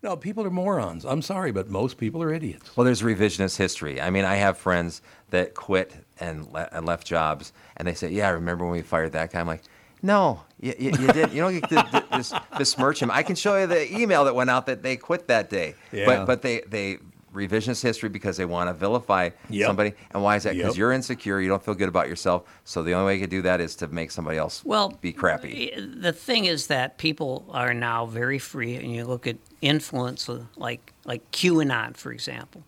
[SPEAKER 2] No, people are morons. I'm sorry, but most people are idiots.
[SPEAKER 5] Well, there's revisionist history. I mean, I have friends that quit and, le- and left jobs, and they say, "Yeah, I remember when we fired that guy." I'm like, "No, you, you, you didn't. You don't get to d- dis- besmirch him. I can show you the email that went out that they quit that day.
[SPEAKER 2] Yeah.
[SPEAKER 5] But but they they revisionist history because they want to vilify
[SPEAKER 2] Yep.
[SPEAKER 5] somebody. And why is that? Because
[SPEAKER 2] Yep.
[SPEAKER 5] you're insecure. You don't feel good about yourself. So the only way you can do that is to make somebody else
[SPEAKER 4] Well,
[SPEAKER 5] be crappy.
[SPEAKER 4] The thing is that people are now very free, and you look at influence like like QAnon, for example.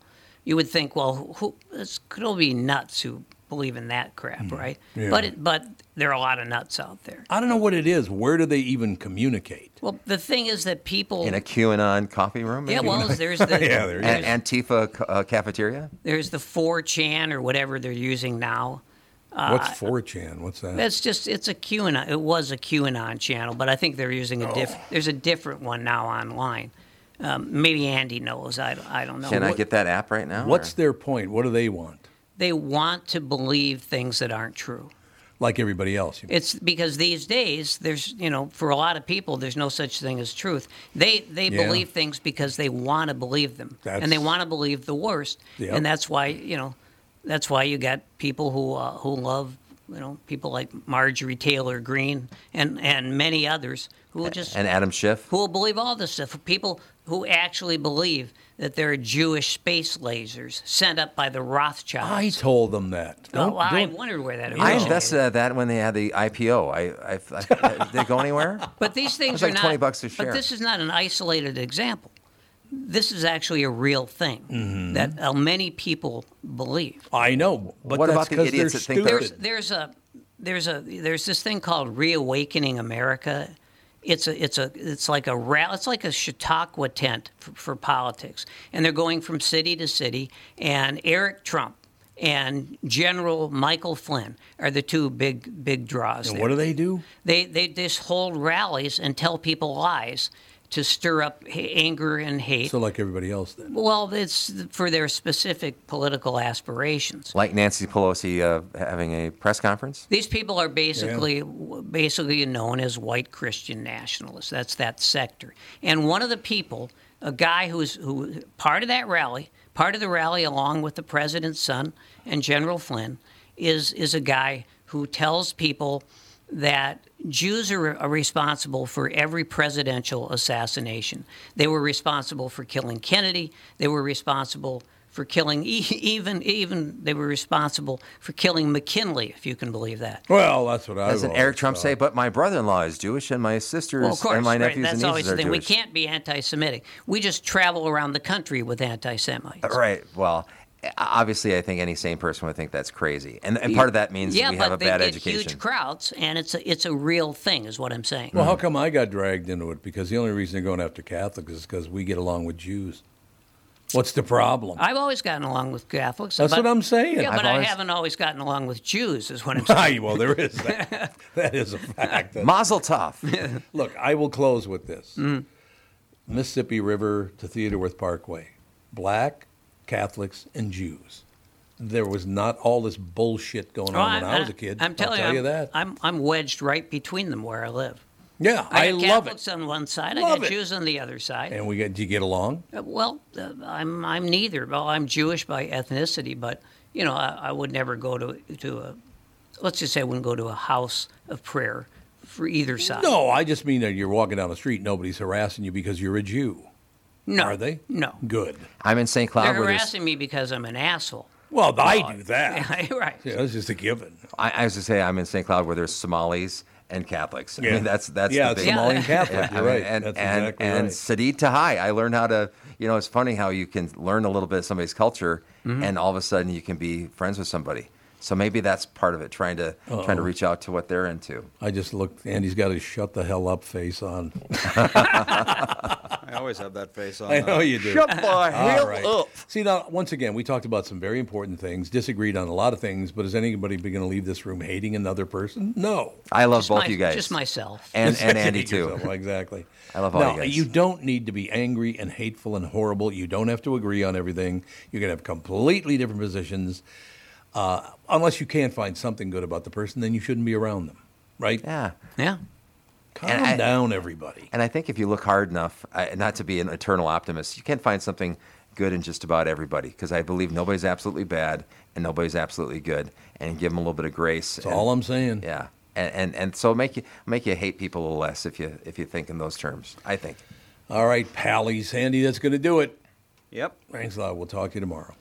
[SPEAKER 4] you would think, well, who, who this could all be nuts who believe in that crap, right?
[SPEAKER 2] Mm-hmm. Yeah.
[SPEAKER 4] But it, but there are a lot of nuts out there.
[SPEAKER 2] I don't know what it is. Where do they even communicate?
[SPEAKER 4] Well, the thing is that people.
[SPEAKER 5] in a QAnon coffee room.
[SPEAKER 4] yeah,
[SPEAKER 5] maybe?
[SPEAKER 4] well, there's the
[SPEAKER 2] Yeah, there
[SPEAKER 5] An- Antifa ca- uh, cafeteria.
[SPEAKER 4] there's the 4chan or whatever they're using now. Uh,
[SPEAKER 2] What's 4chan? What's that?
[SPEAKER 4] That's just it's a QAnon. It was a QAnon channel, but I think they're using a diff. There's a different one now online. Um, maybe Andy knows. I, I don't know.
[SPEAKER 5] Can I get that app right now?
[SPEAKER 2] What's
[SPEAKER 5] or-
[SPEAKER 2] their point? What do they want?
[SPEAKER 4] they want to believe things that aren't true.
[SPEAKER 2] Like everybody else. You mean.
[SPEAKER 4] It's because these days there's you know for a lot of people there's no such thing as truth. They they
[SPEAKER 2] Yeah.
[SPEAKER 4] believe things because they want to believe them and they
[SPEAKER 2] That's-
[SPEAKER 4] want to believe the worst.
[SPEAKER 2] Yep.
[SPEAKER 4] And that's why you know that's why you got people who uh, who love you know people like Marjorie Taylor Greene and and many others who will just
[SPEAKER 5] and Adam Schiff?
[SPEAKER 4] who will believe all this stuff. People who actually believe that there are Jewish space lasers sent up by the Rothschilds.
[SPEAKER 2] I told them that.
[SPEAKER 4] Oh,
[SPEAKER 2] Don't-
[SPEAKER 4] well, I
[SPEAKER 2] don't-
[SPEAKER 4] wondered where that.
[SPEAKER 5] I
[SPEAKER 4] originated.
[SPEAKER 5] invested at that when they had the IPO. I, I, I did it go anywhere?
[SPEAKER 4] But these things
[SPEAKER 5] It's like
[SPEAKER 4] are not
[SPEAKER 5] 20 bucks a share.
[SPEAKER 4] But this is not an isolated example. This is actually a real thing
[SPEAKER 5] Mm-hmm.
[SPEAKER 4] that uh, many people believe.
[SPEAKER 2] I know. But
[SPEAKER 5] What
[SPEAKER 2] that's
[SPEAKER 5] about the
[SPEAKER 2] 'cause
[SPEAKER 5] idiots
[SPEAKER 2] they're
[SPEAKER 5] that think they're-
[SPEAKER 2] stupid.
[SPEAKER 4] There's there's a there's a there's this thing called reawakening America. It's a it's a it's like a ra- it's like a Chautauqua tent for, for politics, and they're going from city to city. And Eric Trump and General Michael Flynn are the two big big draws.
[SPEAKER 2] And
[SPEAKER 4] there.
[SPEAKER 2] what do they do?
[SPEAKER 4] They they just hold rallies and tell people lies to stir up ha- anger and hate.
[SPEAKER 2] So like everybody else then.
[SPEAKER 4] well, it's for their specific political aspirations.
[SPEAKER 5] Like Nancy Pelosi uh, having a press conference?
[SPEAKER 4] These people are basically basically known as white Christian nationalists. That's that sector. And one of the people, a guy who's who part of that rally, part of the rally along with the president's son and General Flynn, is is a guy who tells people that Jews are, are responsible for every presidential assassination. They were responsible for killing Kennedy. They were responsible for killing e- even even they were responsible for killing McKinley, if you can believe that.
[SPEAKER 2] Well, that's what I
[SPEAKER 5] Doesn't
[SPEAKER 2] always
[SPEAKER 5] Eric Trump
[SPEAKER 2] thought.
[SPEAKER 5] say, but my brother in law is Jewish and my sisters
[SPEAKER 4] Well, of course,
[SPEAKER 5] and my
[SPEAKER 4] right,
[SPEAKER 5] nephews
[SPEAKER 4] that's
[SPEAKER 5] and
[SPEAKER 4] always
[SPEAKER 5] nieces
[SPEAKER 4] the
[SPEAKER 5] are
[SPEAKER 4] thing. We
[SPEAKER 5] Jewish?
[SPEAKER 4] can't be anti-Semitic. We just travel around the country with anti-Semites.
[SPEAKER 5] Uh, Right. Well, obviously, I think any sane person would think that's crazy. And, and part of that means
[SPEAKER 4] Yeah,
[SPEAKER 5] we
[SPEAKER 4] but
[SPEAKER 5] have a
[SPEAKER 4] they
[SPEAKER 5] bad
[SPEAKER 4] get
[SPEAKER 5] education.
[SPEAKER 4] huge crowds, and it's a, it's a real thing, is what I'm saying.
[SPEAKER 2] Well, how come I got dragged into it? Because the only reason they're going after Catholics is because we get along with Jews. What's the problem?
[SPEAKER 4] I've always gotten along with Catholics.
[SPEAKER 2] That's
[SPEAKER 4] but-
[SPEAKER 2] what I'm saying.
[SPEAKER 4] Yeah,
[SPEAKER 2] I've
[SPEAKER 4] but
[SPEAKER 2] always-
[SPEAKER 4] I haven't always gotten along with Jews, is what I'm saying.
[SPEAKER 2] Aye, well, there is that. that is a fact. That-
[SPEAKER 5] Mazel tov.
[SPEAKER 2] Look, I will close with this
[SPEAKER 4] Mm-hmm.
[SPEAKER 2] Mississippi River to Theodoreth Parkway. Black, Catholics, and Jews. There was not all this bullshit going
[SPEAKER 4] Well,
[SPEAKER 2] on when
[SPEAKER 4] Oh, I'm-
[SPEAKER 2] I was a kid.
[SPEAKER 4] I'm telling
[SPEAKER 2] I'll tell
[SPEAKER 4] I'm-
[SPEAKER 2] you that.
[SPEAKER 4] I'm I'm wedged right between them where I live.
[SPEAKER 2] yeah,
[SPEAKER 4] I,
[SPEAKER 2] I,
[SPEAKER 4] got
[SPEAKER 2] love it.
[SPEAKER 4] Catholics on one side, I
[SPEAKER 2] Love
[SPEAKER 4] got
[SPEAKER 2] it.
[SPEAKER 4] Jews on the other side.
[SPEAKER 2] And we get, do you get along?
[SPEAKER 4] Uh, Well, uh, I'm I'm neither. Well, I'm Jewish by ethnicity, but you know, I, I would never go to to a let's just say I wouldn't go to a house of prayer for either side.
[SPEAKER 2] No, I just mean that you're walking down the street, nobody's harassing you because you're a Jew.
[SPEAKER 4] no,
[SPEAKER 2] Are they?
[SPEAKER 4] No,
[SPEAKER 2] Good.
[SPEAKER 5] I'm in St. Cloud.
[SPEAKER 4] they're
[SPEAKER 5] where there's-
[SPEAKER 4] harassing me because I'm an asshole.
[SPEAKER 2] Well, I do that.
[SPEAKER 4] right.
[SPEAKER 2] Yeah, that's just a given.
[SPEAKER 5] I, I was to say I'm in St. Cloud where there's Somalis and Catholics. I
[SPEAKER 2] Yeah.
[SPEAKER 5] mean, that's that's
[SPEAKER 2] yeah,
[SPEAKER 5] the
[SPEAKER 2] it's
[SPEAKER 5] big,
[SPEAKER 2] Somali
[SPEAKER 4] Yeah.
[SPEAKER 2] and Catholic.
[SPEAKER 5] I
[SPEAKER 2] You're
[SPEAKER 5] mean,
[SPEAKER 2] right.
[SPEAKER 5] And
[SPEAKER 2] that's
[SPEAKER 5] and,
[SPEAKER 2] exactly
[SPEAKER 5] and
[SPEAKER 2] right.
[SPEAKER 5] Sadiq Tahai, I learned how to. You know, it's funny how you can learn a little bit of somebody's culture,
[SPEAKER 2] Mm-hmm.
[SPEAKER 5] and all of a sudden you can be friends with somebody. So maybe that's part of it, trying to trying to reach out to what they're into.
[SPEAKER 2] I just looked. Andy's got his shut the hell up face on.
[SPEAKER 3] I always have that face on.
[SPEAKER 2] I
[SPEAKER 3] uh,
[SPEAKER 2] know you do.
[SPEAKER 5] Shut the
[SPEAKER 2] All
[SPEAKER 5] hell
[SPEAKER 2] right.
[SPEAKER 5] up.
[SPEAKER 2] See now, once again, we talked about some very important things, disagreed on a lot of things, but is anybody going to leave this room hating another person? No.
[SPEAKER 5] I love
[SPEAKER 4] Just
[SPEAKER 5] both
[SPEAKER 4] my-
[SPEAKER 5] you guys.
[SPEAKER 4] Just myself.
[SPEAKER 5] and and Andy
[SPEAKER 2] Hate
[SPEAKER 5] too.
[SPEAKER 2] yourself, Exactly.
[SPEAKER 5] I love all
[SPEAKER 2] now,
[SPEAKER 5] you guys.
[SPEAKER 2] don't need to be angry and hateful and horrible. You don't have to agree on everything. You can have completely different positions. Uh, unless you can't find something good about the person, then you shouldn't be around them, right?
[SPEAKER 5] Yeah.
[SPEAKER 4] yeah.
[SPEAKER 2] Calm
[SPEAKER 5] And I-
[SPEAKER 2] down, everybody.
[SPEAKER 5] And I think if you look hard enough, I, not to be an eternal optimist, you can find something good in just about everybody. Because I believe nobody's absolutely bad and nobody's absolutely good, and give them a little bit of grace.
[SPEAKER 2] That's all I'm saying.
[SPEAKER 5] Yeah, and and, and so make you make you hate people a little less if you if you think in those terms. I think.
[SPEAKER 2] All right, pally, Sandy, that's going to do it.
[SPEAKER 3] Yep.
[SPEAKER 2] Thanks a lot. We'll talk to you tomorrow.